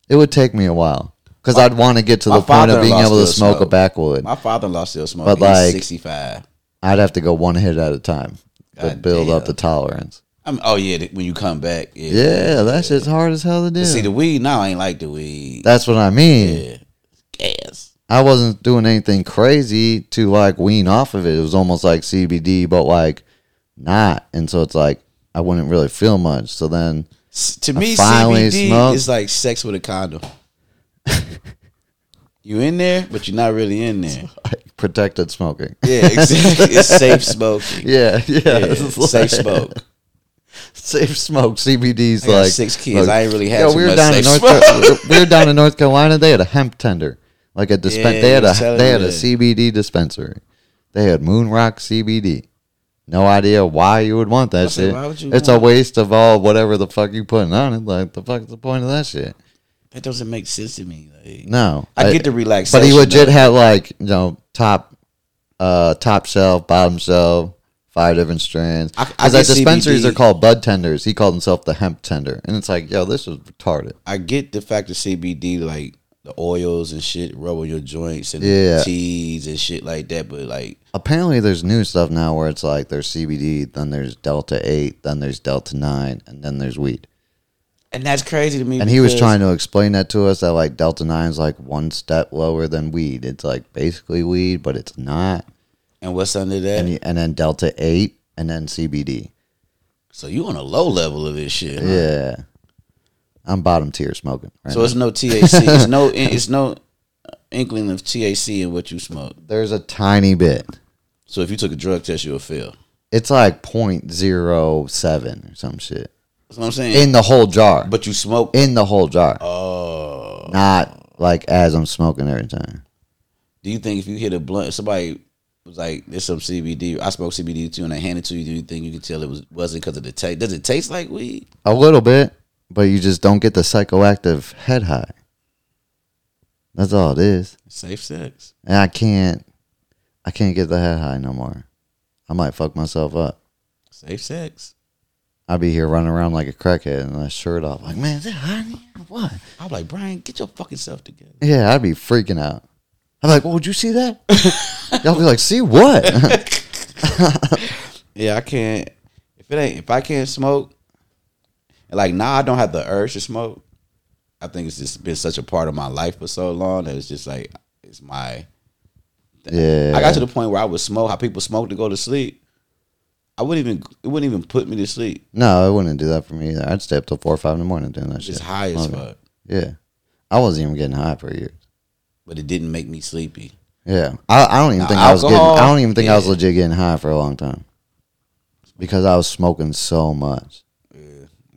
A: It would take me a while because I'd want to get to
B: my
A: the point of being
B: father-in-law
A: able to
B: still
A: smoke, a
B: smoked.
A: backwood.
B: My father-in-law still
A: But,
B: smokes. He's
A: like-
B: sixty-five.
A: I'd have to go one hit at a time to
B: God
A: build up
B: damn.
A: the tolerance.
B: I mean, oh yeah, th- when you come back, yeah,
A: Yeah, that shit's hard as hell to do.
B: But See the weed now, I ain't like the weed.
A: That's what I mean.
B: yeah, gas.
A: I wasn't doing anything crazy to like wean off of it. It was almost like CBD, but like not. And so it's like I wouldn't really feel much. So then,
B: S- To me,
A: finally
B: CBD
A: smoked.
B: is like sex with a condom. you in there, but you're not really in there.
A: like, protected smoking.
B: Yeah, exactly. it's safe smoking.
A: Yeah, yeah.
B: Yeah,
A: it's like-
B: safe smoke.
A: Safe smoke. CBD's
B: I got
A: like
B: six kids. I ain't really had
A: Yo,
B: too
A: we were
B: much
A: down in
B: safe
A: North.
B: smoke.
A: Ca- we were down in North Carolina. They had a hemp tender, like a dispen.
B: Yeah,
A: they had
B: I
A: a
B: was telling
A: they
B: you
A: had a
B: that.
A: CBD dispensary. They had Moon Rock CBD. No idea why you would want that
B: said,
A: shit.
B: why would you
A: it's a
B: want-
A: waste of all whatever the fuck you putting on it. Like the fuck's the point of that shit?
B: That doesn't make sense to me. Like,
A: No,
B: I get the
A: But
B: relaxation.
A: he legit
B: though.
A: had like you know top, uh, top shelf, bottom shelf, five different strands.
B: I- I
A: Because at
B: get
A: dispensaries
B: CBD.
A: are called bud tenders. He called himself the hemp tender, and it's like, yo, this is retarded.
B: I get the fact that CBD, like the oils and shit, rub on your joints and
A: Yeah.
B: teas and shit like that. But like,
A: apparently there's new stuff now where it's like there's CBD, then there's Delta 8, then there's Delta 9, and then there's weed.
B: and that's crazy to me.
A: And he was
B: because-
A: trying to explain that to us that like Delta 9 is like one step lower than weed. It's like basically weed, but it's not.
B: And what's under that?
A: And, he, and then Delta 8, and then CBD.
B: so you on a low level of this shit. huh?
A: Yeah. I'm bottom tier smoking. Right
B: So
A: now.
B: it's no THC. it's no. It's no inkling of THC in what you smoke.
A: There's a tiny bit.
B: So if you took a drug test, you'll fail.
A: It's like 0.07 or some shit.
B: That's what I'm saying.
A: In the whole jar.
B: but you smoke.
A: In the whole jar.
B: oh.
A: Not like as I'm smoking every time.
B: Do you think if you hit a blunt, somebody was like, "There's some CBD." I smoked CBD too, and I handed it to you. Do you think you could tell it was wasn't because of the taste? Does it taste like weed?
A: A little bit, but you just don't get the psychoactive head high. That's all it is.
B: Safe sex.
A: And I can't I can't get the head high no more. I might fuck myself up.
B: Safe sex.
A: I'll be here running around like a crackhead and a shirt off. Like, man, is it hot in here? or What?
B: I'm like Brian, get your fucking self together.
A: Yeah, I'd be freaking out. I'm like, well, would you see that? Y'all be like, see what?
B: Yeah, I can't. If it ain't, if I can't smoke, and like now I don't have the urge to smoke. I think it's just been such a part of my life for so long that it's just like it's my.
A: yeah.
B: I got to the point where I would smoke. How people smoke to go to sleep. I wouldn't even. It wouldn't even put me to sleep.
A: No, I wouldn't do that for me either. I'd stay up till four or five in the morning doing that shit.
B: Just high as
A: Love it.
B: fuck.
A: Yeah. I wasn't even getting high for years.
B: but it didn't make me sleepy.
A: Yeah, I, I don't even
B: Now,
A: think I was
B: alcohol,
A: getting. I don't even think I was
B: yeah.
A: legit getting high for a long time because I was smoking so much.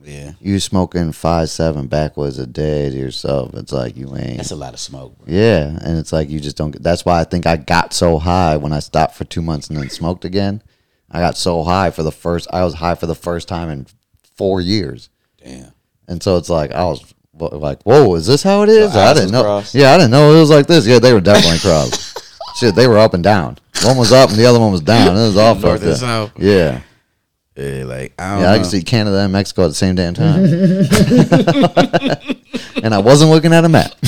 B: Yeah,
A: You smoking five seven backwards a day to yourself. It's like you ain't.
B: that's a lot of smoke. Bro.
A: Yeah, and it's like you just don't. get That's why I think I got so high when I stopped for two months and then smoked again. I got so high for the first. I was high for the first time in four years,
B: Damn,
A: and so it's like I was wh- like, "Whoa, is this how it is?"
B: The
A: I
B: eyes
A: didn't
B: was
A: know.
B: crossed.
A: Yeah, I didn't know it was like this. Yeah, they were definitely crossed. Shit, they were up and down. One was up and the other one was down. It was all
B: North
A: fucked
B: and
A: up.
B: south.
A: Yeah.
B: yeah, like I don't
A: Yeah, I
B: know.
A: could see Canada and Mexico at the same damn time. and I wasn't looking at a map.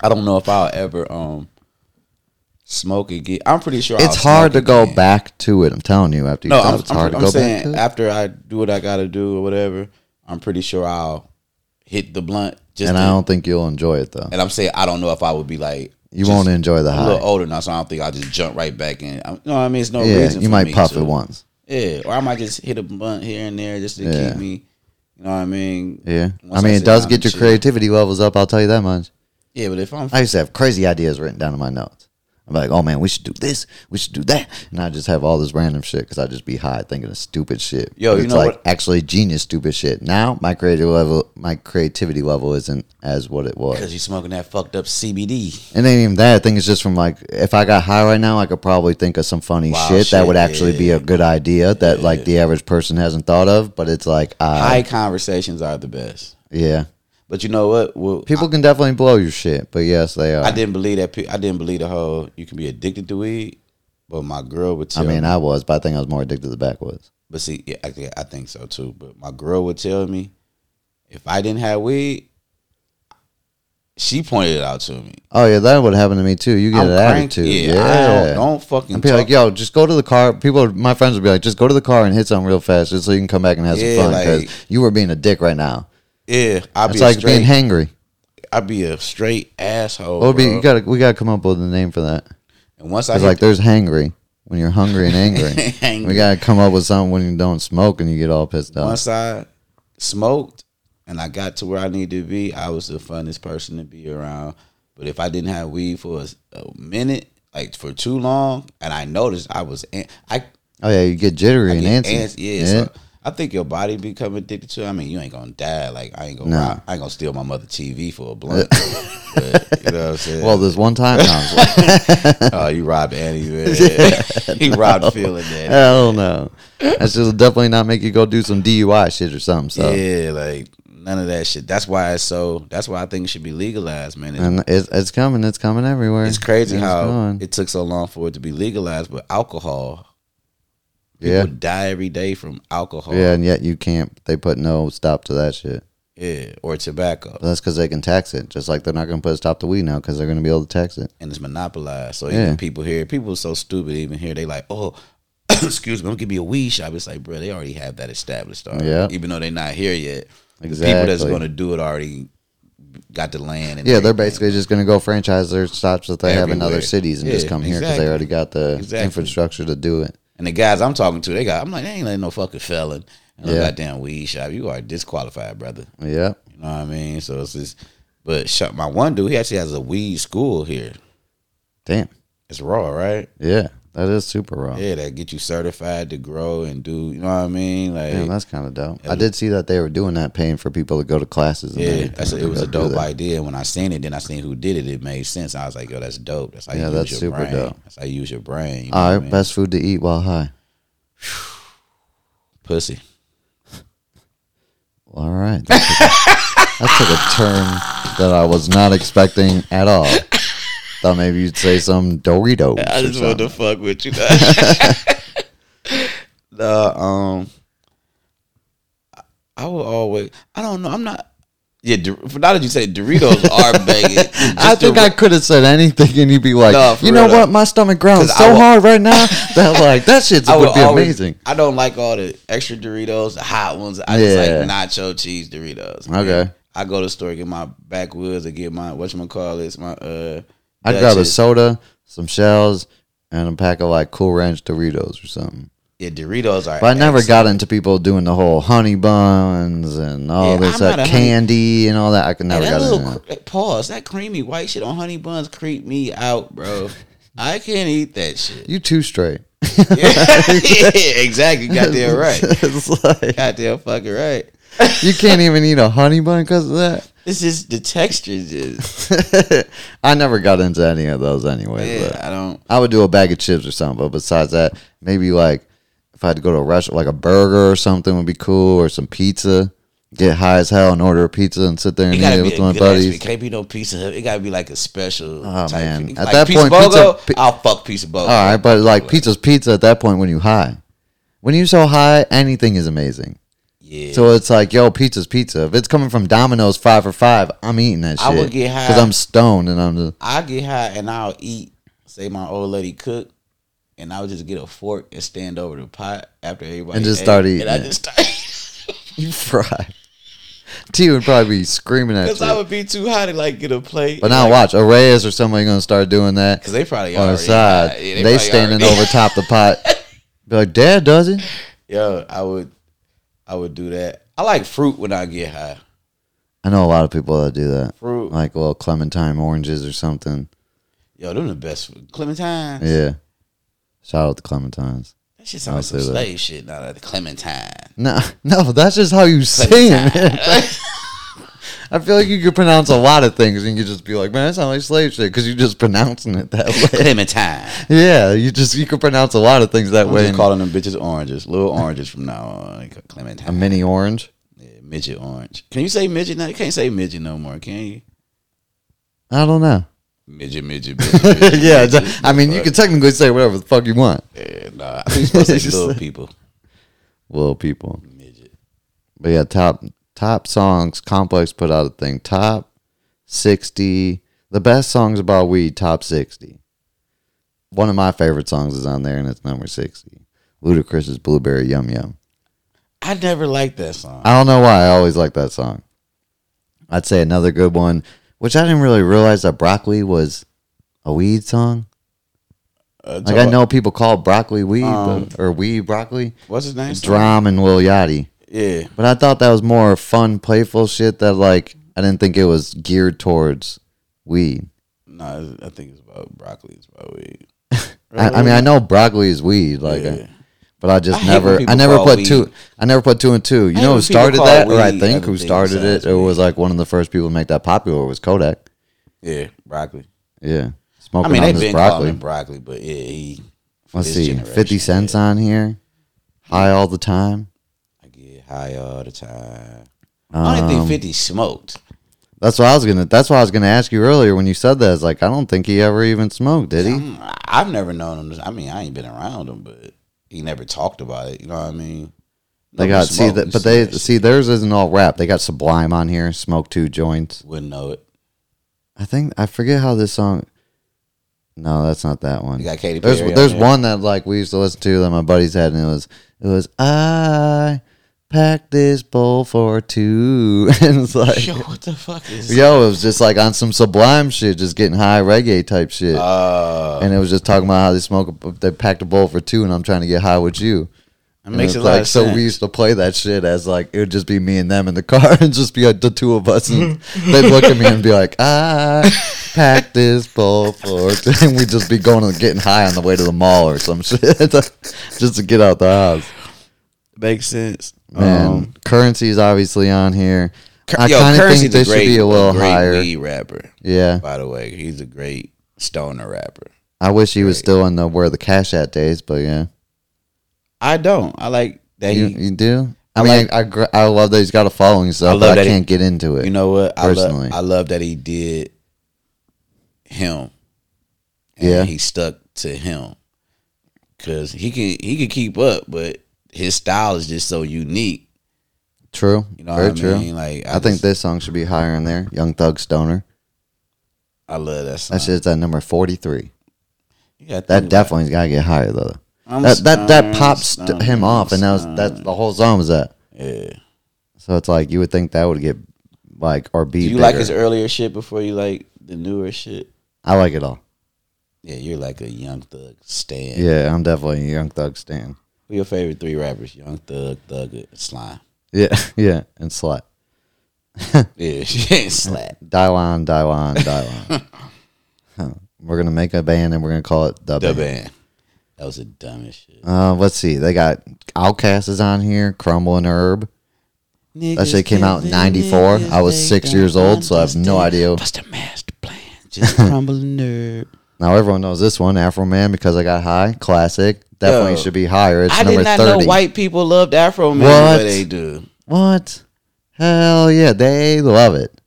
B: I don't know if I'll ever um smoke again. I'm pretty sure I'll
A: it's hard to
B: smoke
A: go
B: again.
A: back to it. I'm telling you, after you
B: No,
A: stop,
B: I'm,
A: it's
B: I'm,
A: hard
B: I'm
A: to go back
B: saying
A: to it.
B: after I do what I gotta do or whatever, I'm pretty sure I'll hit the blunt. Just
A: And
B: to-
A: I don't think you'll enjoy it, though.
B: and I'm saying I don't know if I would be like
A: You
B: just-
A: won't enjoy the
B: I'm a little
A: high.
B: older now, so I don't think I'll just jump right back in. I, you know what I mean? It's no
A: Yeah,
B: reason.
A: you
B: for
A: might
B: me
A: puff
B: to-
A: it once.
B: Yeah, or I might just hit a blunt here and there just to
A: Yeah.
B: keep me. You know what I mean?
A: Yeah.
B: Once
A: I mean, it
B: sit
A: does
B: down
A: get your
B: and chill.
A: creativity levels up, I'll tell you that much.
B: Yeah, but if I'm
A: I used to have crazy ideas written down in my notes. I'm like, oh man, we should do this, we should do that, and I just have all this random shit because I just be high thinking of stupid shit.
B: Yo,
A: But
B: you
A: it's
B: know
A: like
B: what-
A: actually genius stupid shit. Now my creative level, my creativity level isn't as what it was.
B: because you smoking that fucked up CBD.
A: It ain't even that. I think it's just from like if I got high right now, I could probably think of some funny
B: Wow,
A: shit, that
B: shit,
A: would actually be a good idea that like the average person hasn't thought of. But it's like, I
B: High conversations are the best.
A: yeah,
B: But you know what? Well,
A: people can definitely blow your shit, but yes, they are.
B: I didn't believe that. pe- I didn't believe the whole you can be addicted to weed. But my girl would
A: I
B: tell.
A: mean,
B: me,
A: I was, but I think I was more addicted to the backwoods.
B: but see, yeah, I, think- I think so too. But my girl would tell me if I didn't have weed, she pointed it out to me.
A: Oh yeah, that would happen to me too. You get
B: I'm
A: an
B: cranky.
A: attitude.
B: Yeah,
A: Yeah.
B: I don't, don't fucking
A: and be
B: talk-
A: like, yo, just go to the car. People, my friends would be like, just go to the car and hit something real fast, just so you can come back and have
B: Yeah,
A: some fun.
B: like-
A: Because you were being a dick right now.
B: yeah. I'd be
A: It's
B: a
A: like
B: straight.
A: being hangry.
B: I'd be a straight asshole.
A: What would be?
B: bro.
A: You gotta, we gotta come up with a name for that.
B: and once I
A: It's
B: hit
A: like there's hangry when you're hungry and angry.
B: Hangry.
A: We gotta come up with something when you don't smoke and you get all pissed off.
B: once I smoked and I got to where I needed to be, I was the funnest person to be around. But if I didn't have weed for a, s- a minute, like for too long, and I noticed I was, an- I
A: Oh yeah, you get jittery
B: I
A: and
B: get
A: antsy.
B: antsy, yeah. So I think your body become addicted to. it. I mean, you ain't gonna die. Like I ain't gonna,
A: No.
B: rob- I ain't gonna steal my mother TV for a blunt. but, you know what I'm saying?
A: Well, this one time, no, I was like,
B: oh, you robbed Annie. Man. he robbed Phil and that.
A: hell no. That should definitely not make you go do some DUI shit or something. So.
B: Yeah, like none of that shit. That's why it's so. That's why I think it should be legalized, man. It's
A: And it's, it's coming. It's coming everywhere.
B: It's crazy how
A: going.
B: it took so long for it to be legalized, but alcohol, people
A: yeah,
B: die every day from alcohol,
A: yeah,
B: yeah,
A: and yet you can't. They put no stop to that shit.
B: or tobacco,
A: That's because they can tax it. Just like they're not going to put a stop to weed now because they're going to be able to tax it.
B: and it's monopolized. So
A: Yeah.
B: even people here, people are so stupid. Even here, they like, oh, excuse me, don't give me a weed shop. It's like, bro, they already have that established. Already.
A: Yeah.
B: even though they're not here yet, the people that's
A: Exactly.
B: going to do it already got the land. And
A: Yeah, they're
B: everything.
A: basically just going to go franchise their stops that they have in
B: Everywhere.
A: other cities and just
B: Yeah,
A: come here because
B: exactly.
A: they already got the
B: Exactly.
A: infrastructure to do it.
B: And the guys I'm talking to, they got. I'm like, they ain't letting no fucking felon. And no
A: Yeah.
B: goddamn weed shop. You are disqualified, brother.
A: Yep.
B: You know what I mean? So it's just, but sh- my one dude, he actually has a weed school here.
A: Damn.
B: It's raw, right?
A: Yeah, that is super raw.
B: Yeah, that get you certified to grow and do. You know what I mean? Like,
A: Damn, that's kind of dope. I did see that they were doing that, paying for people to go to classes. And
B: yeah,
A: everything
B: that's a,
A: to
B: it was
A: go
B: a
A: do
B: dope
A: that.
B: idea. When I seen it, then I seen who did it. It made sense. I was like, yo, that's dope. That's how you
A: Yeah,
B: use
A: that's
B: your
A: super
B: brain.
A: dope.
B: That's how you use your brain. You know
A: All
B: what I
A: right,
B: mean?
A: best food to eat while high.
B: pussy.
A: All right. That took, that took a turn that I was not expecting at all. Thought maybe you'd say some Doritos.
B: I
A: or
B: just
A: something.
B: wanted to fuck with you. the um, I- I will always. I don't know. I'm not. Yeah, Dor- now that you say Doritos are begging,
A: I think I could have said anything, and you'd be like,
B: No, for
A: "You know
B: real,
A: what? My stomach grounds
B: 'Cause I
A: so
B: will-
A: hard right now that like that shit would, be
B: always-
A: amazing."
B: I don't like all the extra Doritos, the hot ones. I just
A: Yeah.
B: like nacho cheese Doritos. man.
A: Okay.
B: I go to the store get my backwoods or get my whatchamacallits, my uh.
A: I'd grab a
B: Dutchess.
A: soda, some shells, and a pack of like Cool Ranch Doritos or something.
B: Yeah, Doritos are.
A: But I never
B: excellent.
A: got into people doing the whole honey buns and all
B: Yeah,
A: this
B: I'm
A: that
B: not a honey-
A: candy and all that. I could never
B: Hey,
A: got
B: that
A: into
B: little
A: that.
B: cre- that- pause. That creamy white shit on honey buns creep me out, bro. I can't eat that shit.
A: You too straight.
B: Yeah, exactly. Goddamn right.
A: it's like
B: Goddamn fucking right.
A: you can't even eat a honey bun because of that.
B: This is the texture. Just
A: I never got into any of those anyway.
B: yeah,
A: but
B: I don't.
A: I would do a bag of chips or something. But besides that, maybe like if I had to go to a restaurant, like a burger or something would be cool, or some pizza. Get high as hell and order a pizza and sit there and
B: It
A: eat
B: gotta
A: it
B: be a
A: with my
B: good buddies. Ass,
A: buddies.
B: it can't be no pizza. Hut. It gotta be like a special.
A: Oh,
B: type
A: man.
B: Of,
A: At
B: like
A: that
B: pizza
A: point,
B: bogo,
A: pizza- pi-
B: I'll fuck pizza
A: All
B: bogo.
A: right, but like pizza's pizza at that point when you high. When you so high, anything is amazing.
B: yeah.
A: So it's like, yo, pizza's pizza. If it's coming from Domino's five for five, I'm eating that shit.
B: I would get high.
A: because I'm stoned and I'm just
B: I get high and I'll eat. Say my old lady cook, and I'll just get a fork and stand over the pot after everybody
A: And just
B: ate,
A: start eating
B: And I
A: it.
B: just start.
A: you fried. T would probably be screaming at
B: Because I
A: you.
B: would be too high to like get a plate.
A: But now watch, Arrayas or somebody gonna start doing that
B: because they probably
A: on the
B: already
A: side.
B: high.
A: they
B: Yeah, probably
A: standing
B: already-
A: over top the pot. Be like, Dad does it.
B: Yo, I would, I would do that. I like fruit when I get high.
A: I know a lot of people that do that,
B: Fruit,
A: like little clementine oranges or something.
B: yo, them the best. Fruit. Clementine.
A: Yeah. Shout out to clementines.
B: That shit sounds
A: I'll
B: like
A: say
B: some
A: that.
B: slave shit. Now that Clementine.
A: No, no, that's just how you sing.
B: Clementine.
A: Man. I feel like you could pronounce a lot of things and you just be like, man, that sounds like slave shit because you're just pronouncing it that way.
B: Clementine.
A: yeah, you just you could pronounce a lot of things that
B: I'm
A: way.
B: just calling them bitches oranges, little oranges from now on.
A: a
B: Clementine,
A: mini orange.
B: yeah, midget orange. Can you say midget now? You can't say midget no more, can you?
A: I don't know.
B: Midget, midget, midget. midget
A: yeah,
B: midget.
A: I mean, you
B: Fuck.
A: can technically say whatever the fuck you want.
B: Yeah, nah, I think you're supposed to say little people.
A: Little people.
B: Midget.
A: But yeah, top top songs. Complex put out a thing. Top 60. The best songs about weed, top 60. One of my favorite songs is on there, and it's number 60. Ludacris's Blueberry Yum Yum.
B: I never liked that song.
A: I don't know why. I always like that song. I'd say another good one, which I didn't really realize that broccoli was a weed song.
B: Uh,
A: Like
B: so-
A: I know people call broccoli weed
B: Um,
A: but, or weed broccoli.
B: what's his name.
A: Drum and Lil Yachty.
B: Yeah,
A: But I thought that was more fun, playful shit that like I didn't think it was geared towards weed.
B: no, I think it's about broccoli. It's about weed.
A: I, I mean, I know broccoli is weed, like,
B: Yeah.
A: uh, but I just
B: I hate when
A: never, I
B: people
A: never
B: call
A: put
B: weed-
A: two, I never put two and two. You
B: I hate
A: know who
B: when people
A: started
B: call
A: that, or I
B: weed
A: think who
B: everything
A: started it?
B: besides
A: It
B: weed.
A: was like one of the first people to make that popular was Kodak.
B: yeah, broccoli.
A: Yeah,
B: I
A: smoking
B: mean,
A: on
B: they've
A: this
B: been
A: broccoli.
B: calling it broccoli, but yeah, he. for
A: Let's
B: this
A: see,
B: generation,
A: fifty cents
B: yeah.
A: on here, high all the time.
B: I get high all the time. I don't
A: Um,
B: think Fifty smoked.
A: that's what I was gonna. That's what I was gonna ask you earlier when you said that. It's like I don't think he ever even smoked, did he?
B: I'm- I- I've never known him. to- I mean, I ain't been around him, but he never talked about it. You know what I mean?
A: They
B: Never
A: got see
B: smoked,
A: that,
B: you
A: but
B: see
A: they
B: that shit,
A: see theirs isn't all rap. They got Sublime on here, smoke two joints.
B: wouldn't know it.
A: I think I forget how this song. No, that's not that one.
B: You got Katy Perry.
A: There's
B: on
A: there's
B: there.
A: one that like we used to listen to that my buddies had, and it was it was I packed this bowl for two, and it's like
B: Yo, what the fuck is?
A: yo, it was just like on some Sublime shit, just getting high reggae type shit,
B: Uh,
A: and it was just talking about how they smoke a, they packed a bowl for two, and I'm trying to get high with you.
B: it
A: And
B: makes
A: it's
B: a lot
A: like,
B: of
A: so
B: sense.
A: we used to play that shit as like it would just be me and them in the car and just be like the two of us and they'd look at me and be like, I packed this bowl for two," and we'd just be going and getting high on the way to the mall or some shit. just to get out the house.
B: makes sense.
A: Man.
B: Um,
A: currency's obviously on here. I
B: Yo,
A: kinda
B: Currency's
A: think this should
B: great-
A: be a little
B: great
A: higher.
B: Weed rapper,
A: Yeah.
B: by the way, he's a great stoner rapper.
A: I wish he was
B: Great.
A: still in the where the cash at days, but yeah.
B: I don't. I like that.
A: You,
B: he,
A: you do? I,
B: I
A: mean,
B: like-
A: I, gr- I love that he's got a following, so
B: I
A: I,
B: love
A: but I
B: that he-
A: can't get into it.
B: you know what? I
A: Personally.
B: love. I love that he did him. And
A: Yeah.
B: he stuck to him because he can he can keep up, but his style is just so unique.
A: true.
B: You know
A: Very
B: what I
A: true.
B: mean? Like
A: I think
B: that
A: this song should be higher in there. Young Thug Stoner.
B: I love that song.
A: That shit's at number forty three.
B: You gotta
A: That
B: think about it.
A: definitely gotta get higher though.
B: I'm
A: That that that
B: stoned,
A: pops t-
B: stoned,
A: him off, and that was
B: stoned.
A: that's the whole song was that.
B: Yeah.
A: So it's like you would think that would get like or be.
B: Do you
A: bigger.
B: like his earlier shit before you like the newer shit?
A: I like it all.
B: Yeah, you're like a young thug stan.
A: Yeah, I'm definitely a Young Thug stan.
B: Who your favorite three rappers? Young Thug, Thug, and Slime.
A: Yeah, yeah, and slut.
B: Yeah, she ain't slap.
A: Daiwan, Daiwan, Daiwan. Huh. We're gonna make a band and we're gonna call it the,
B: The
A: band.
B: band. That was the dumbest shit.
A: Uh, let's see. They got Outcast is on here. Crumble and Herb. That shit came out in 94. I was six years old, so I have no idea.
B: What's the master plan? Just crumbling nerd.
A: Now everyone knows this one, Afro Man, because I got high. Classic. Definitely
B: Yo,
A: should be higher. It's
B: I
A: number
B: did not
A: thirty.
B: know white people loved Afro Man
A: What?
B: the way they do.
A: What? Hell yeah, they love it.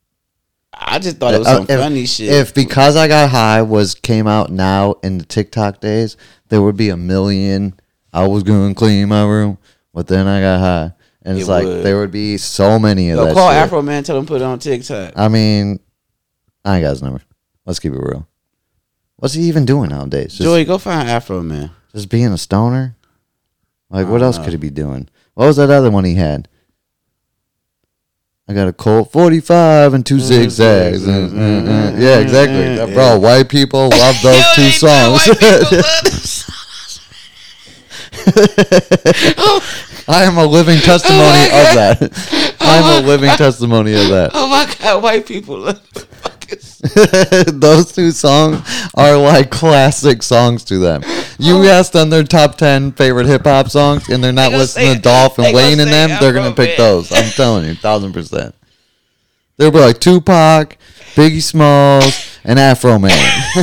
B: I just thought it was
A: Uh,
B: some
A: if,
B: funny shit.
A: If because I got high was came out now in the TikTok days, there would be a million. I was gonna clean my room, but then I got high, and it's
B: It
A: like
B: would.
A: there would be so many of
B: Yo,
A: that.
B: call
A: shit.
B: Afro Man, tell him put it on TikTok.
A: I mean, I ain't got his number. Let's keep it real. What's he even doing nowadays? Just,
B: Joey, go find Afro Man.
A: just being a stoner? Like, what
B: I
A: else
B: dunno.
A: could he be doing? What was that other one he had? I got a Colt 45 and
B: Mm-hmm.
A: two zigzags. Mm, mm, mm. Yeah, exactly.
B: mm,
A: That- Bro, white people love those two songs. I am a
B: Oh
A: living testimony of that. I'm a living testimony of that.
B: Oh my god, white people love fucking
A: those two songs are like classic songs to them. You ask them their top 10 favorite hip hop songs, and they're not
B: Oh. They gonna
A: listening to
B: say-
A: Dolph
B: they
A: and
B: gonna
A: Wayne and
B: say
A: them, they're going to
B: Afro
A: pick
B: Man.
A: those. I'm telling you, 1000%. They'll be like Tupac, Biggie Smalls, and Afro Man.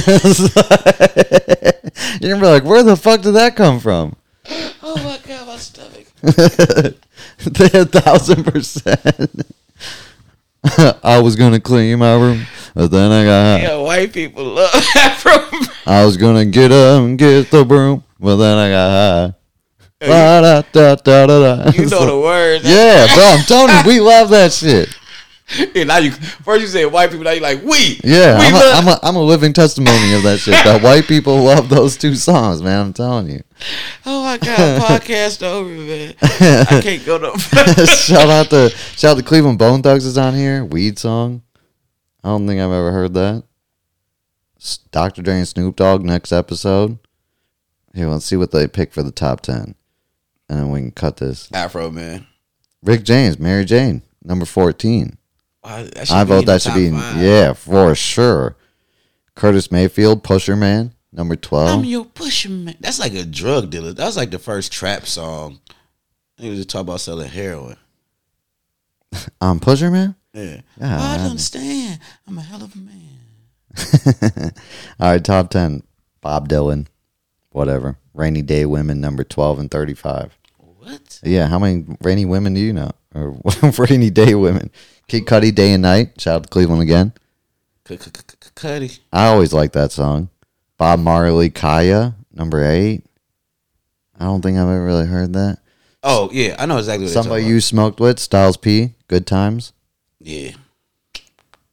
A: You're going to be like, where the fuck did that come from?
B: Oh my god, my stomach.
A: A thousand percent. I was gonna clean my room, but then I got high.
B: Yeah, white people love Afro Man.
A: I was gonna get up and get the broom, but then I got high. Da, da, da, da, da, da.
B: You know the words.
A: yeah, bro, I'm telling you, we love that shit.
B: and now you first you said white people, now you like we.
A: Yeah,
B: we
A: I'm a,
B: love-
A: I'm, a, I'm a living testimony of that shit. That white people love those two songs, man. I'm telling you.
B: oh my god, podcast over, man. I can't go no.
A: shout out to shout out to Cleveland Bone Thugs is on here. Weed song. I don't think I've ever heard that. S- Dr. Dre and Snoop Dogg next episode. Here, let's see what they pick for the top ten, and then we can cut this.
B: Afro man.
A: Rick James, Mary Jane, number fourteen.
B: Wow, that should
A: I
B: be
A: vote
B: in the
A: that should
B: top
A: be in-
B: five.
A: yeah for sure. Curtis Mayfield, Pusher Man, number
B: I'm
A: twelve.
B: your pusher man. That's like a drug dealer. That was like the first trap song. He was just talking about selling heroin.
A: I'm Pusher Man.
B: Yeah.
A: Yeah,
B: I don't
A: man.
B: understand. I'm a hell of a man.
A: All right, top 10. Bob Dylan, whatever. Rainy Day Women, number 12 and 35.
B: What?
A: Yeah, how many rainy women do you know? Or rainy day women? Kid Cudi, Day and Night. Shout out to Cleveland again.
B: C- c- c- c- Cuddy.
A: I always like that song. Bob Marley, Kaya, number 8. I don't think I've ever really heard that.
B: Oh yeah, I know exactly what
A: Somebody
B: you're
A: you smoked with, Styles P, Good Times.
B: Yeah.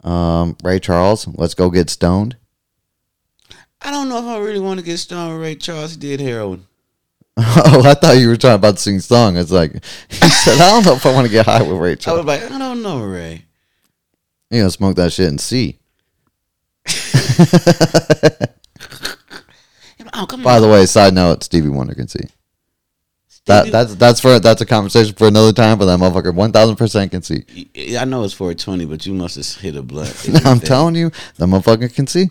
A: Um, Ray Charles, Let's Go Get Stoned.
B: I don't know if I really want to get stoned with Ray Charles. He did heroin.
A: oh, I thought you were talking about to sing song. It's like, he said, I don't know if I want to get high with Ray
B: I
A: Charles.
B: was like, I don't know, Ray.
A: You gonna smoke that shit and see.
B: Oh, come
A: By
B: on.
A: the way, side note: Stevie Wonder can see. That
B: Stevie-
A: that's that's for that's a conversation for another time. But that motherfucker one thousand percent can see.
B: Yeah, I know it's 420, but you must have hit a blunt.
A: I'm telling you, that motherfucker can see.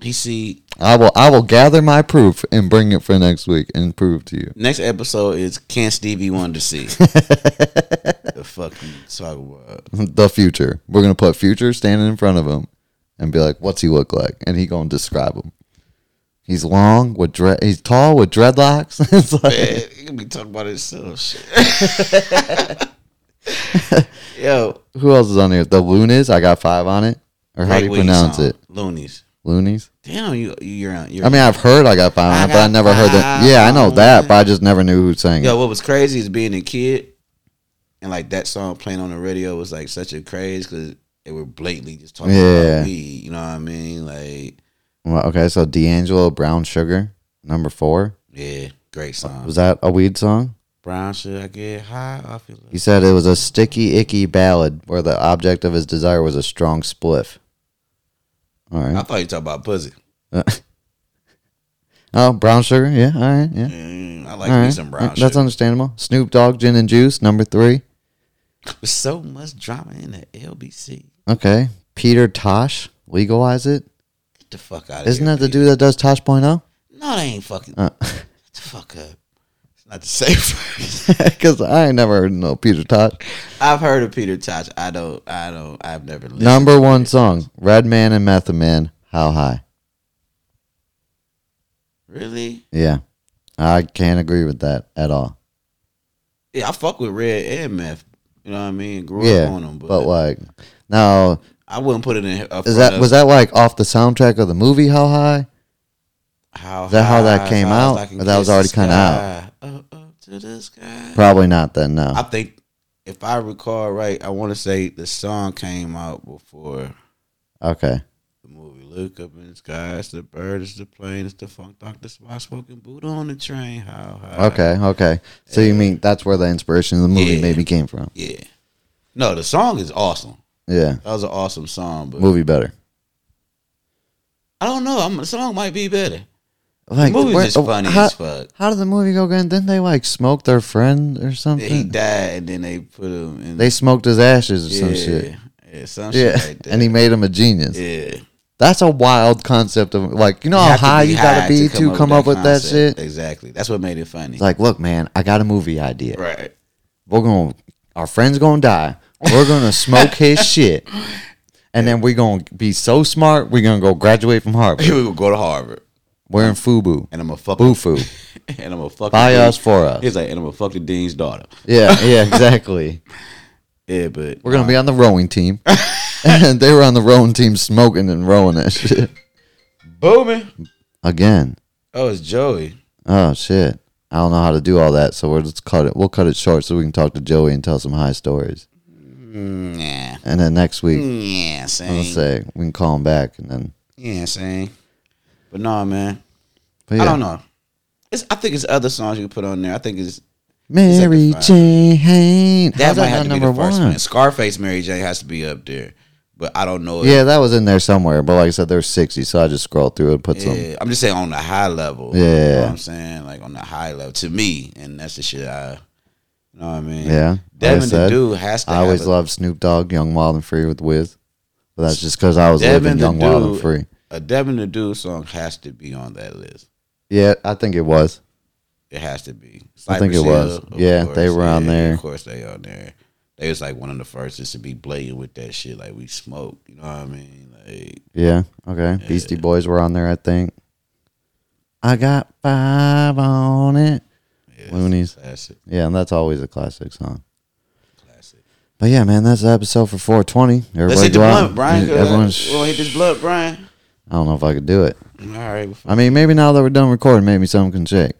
B: He see
A: I will I will gather my proof and bring it for next week and prove to you.
B: next episode is can Stevie Wonder see? the fucking talk about.
A: the future. We're gonna put future standing in front of him and be like, "What's he look like?" And he gonna describe him. He's long with dread. He's tall with dreadlocks. it's like,
B: Man, he gonna be talking about himself. Shit. Yo,
A: who else is on here? The Lunas. I got five on it. Or how do you
B: Great Wing
A: pronounce
B: song,
A: it?
B: Loonies.
A: Loonies.
B: Damn, you you're on. You're
A: I mean, I've heard I got
B: I
A: five on it, but
B: got
A: I never heard that.
B: five
A: Yeah, I know
B: on
A: that,
B: it.
A: but I just never knew who sang
B: Yo,
A: it.
B: what was crazy is being a kid and like that song playing on the radio was like such a craze because they were blatantly just talking
A: Yeah.
B: about weed. You know what I mean? Like,
A: Well, okay, so D'Angelo Brown Sugar, number four.
B: yeah, great song.
A: Was that a weed song?
B: Brown should I get high off your
A: He said it was a sticky, icky ballad where the object of his desire was a strong spliff. All
B: I
A: right.
B: thought you talking about pussy.
A: Oh, Brown Sugar. Yeah, all right. Yeah.
B: Mm, I
A: All
B: like me
A: right.
B: some brown
A: yeah, That's
B: sugar.
A: understandable. Snoop Dogg, Gin and Juice, number three.
B: There's so much drama in the LBC.
A: Okay. Peter Tosh, Legalize It.
B: Get the fuck out of
A: Isn't
B: here.
A: that the
B: dude?
A: dude that does oh? Tosh.0?
B: No, they ain't fucking.
A: Uh.
B: Shut the fuck up. It's not the same phrase.
A: Because I ain't never heard no Peter Tosh.
B: I've heard of Peter Tosh. I don't, I don't, I've never listened.
A: Number one song, Red Man and Method Man, How High.
B: Really?
A: Yeah. I can't agree with that at all.
B: Yeah, I fuck with Red and Meth. You know what I mean? Grew
A: yeah.
B: up on them, but,
A: but like now
B: I wouldn't put it in. Up
A: is that was that like off the soundtrack of the movie How High?
B: how
A: is that how that
B: high
A: came
B: as I
A: out?
B: can
A: Or that was
B: kiss the
A: already kinda out?
B: sky, Up, up to the sky.
A: Probably not then, no.
B: I think if I recall right, I want to say the song came out before
A: okay.
B: the movie. Look up in the sky, it's the bird, it's the plane, it's the funk doctor spot, smoking Buddha on the train. How high?
A: Okay, okay. So you mean that's where the inspiration of the movie
B: Yeah.
A: maybe came from.
B: Yeah. No, the song is awesome.
A: Yeah.
B: That was an awesome song, but
A: Movie better.
B: I don't know. I'm, the song might be better.
A: Like
B: the movie's
A: where- uh,
B: just funny
A: how,
B: as fuck.
A: how did the movie go again? Didn't they like smoke their friend or
B: Yeah, he
A: something?
B: died, and then they put him in.
A: Hmm. They smoked his ashes or
B: yeah,
A: some shit.
B: Yeah, some
A: Yeah.
B: shit like that.
A: and he made him a genius.
B: yeah,
A: That's a wild concept of like you know how
B: have to
A: high
B: be
A: you gotta
B: high
A: be to come, up with that
B: concept.
A: shit.
B: Exactly. That's what made it funny.
A: It's like, look, man, I got a movie idea.
B: right.
A: We're gonna our friend's gonna die. We're gonna smoke his shit, and then we're gonna be so smart. We're gonna go graduate from Harvard.
B: Here we go. Go to Harvard,
A: We're in FUBU,
B: and I'm a fuck.
A: BUFU.
B: and I'm a fuck.
A: Buy
B: the
A: us
B: dean.
A: for us.
B: He's like, and I'm a fuck the dean's daughter.
A: Yeah, yeah, exactly.
B: Yeah, but
A: We're gonna be on the rowing team, and they were on the rowing team smoking and rowing that shit
B: booming.
A: again.
B: Oh, it's Joey.
A: Oh shit. I don't know how to do all that, so we'll just cut it. We'll cut it short so we can talk to Joey and tell some high stories.
B: Nah.
A: And then next
B: Mm.
A: week,
B: Yeah,
A: I'll
B: saying.
A: say we can call him back, and then.
B: Yeah, saying. But no, man.
A: But yeah.
B: I don't know. It's I think it's other songs you can put on there. I think it's
A: Mary
B: Second five.
A: Jane.
B: that
A: How's
B: might
A: that
B: have
A: not
B: to be
A: number
B: the first
A: one?
B: one. Scarface Mary Jane has to be up there. But I don't know if
A: Yeah, that was in there somewhere. But like I said, there's 60, so I just scrolled through and put some.
B: Yeah, I'm just saying on the high level. You
A: Yeah.
B: know what I'm saying? Like on the high level to me. And that's the shit I you know what I mean?
A: Yeah, like I
B: Devin the
A: said,
B: dude has to
A: I
B: have
A: always
B: a,
A: loved Snoop Dogg, Young Wild and Free with Wiz. But that's just because I was living
B: Devin the
A: Young Wild and
B: Dude.
A: Free.
B: a Devin the Dude song has to be on that list.
A: Yeah, I think it was.
B: It has to be.
A: I think it was.
B: Hill, of
A: Yeah, they were on there.
B: Of course they on there. They was like one of the first just to be blatant with that shit. Like we smoke. You know what I mean? Like
A: Yeah, okay. Beastie Boys were on there, I think. I got five on it.
B: yeah,
A: Loonies.
B: Classic.
A: Yeah, and that's always a classic song.
B: Classic.
A: But yeah, man, that's the episode for 420. Everybody
B: Let's hit the
A: go out.
B: blunt, Brian. 'cause
A: Everyone sh-
B: we gonna hit this blunt, Brian.
A: I don't know if I could do it.
B: All right. well, fuck
A: I mean, maybe now that we're done recording, maybe something can shake.
B: it,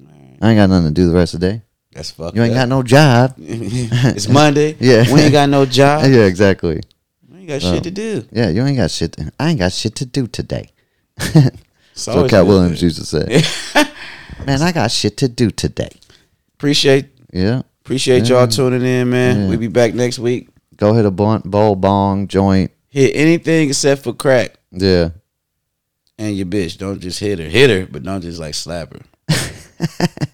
B: man.
A: I ain't got nothing to do the rest of the day.
B: That's fucked.
A: You ain't
B: up.
A: got no job.
B: it's Monday.
A: Yeah.
B: We ain't got no job.
A: Yeah, Oh. exactly.
B: We ain't got shit to do.
A: Yeah, you ain't got shit. To, I ain't got shit to do today.
B: So
A: So Cat
B: it's good.
A: Williams used to say, "Man, I got shit to do today."
B: Appreciate
A: Yeah,
B: appreciate y'all tuning in, man. We be back next week.
A: go hit a blunt, bowl, bong, joint.
B: Hit anything except for crack
A: Yeah,
B: and your bitch. Don't just hit her. Hit her, but don't just like slap her.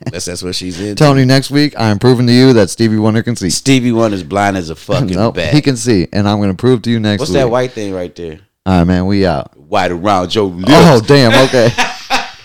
B: Unless that's what she's into.
A: telling you next week, I'm proving to you that Stevie Wonder can see.
B: Stevie Wonder's blind as a fucking
A: Nope,
B: bat.
A: he can see, and I'm gonna prove to you next
B: What's
A: week.
B: that white thing right there?
A: All right, man, we out.
B: White around your lips.
A: Oh damn. Okay.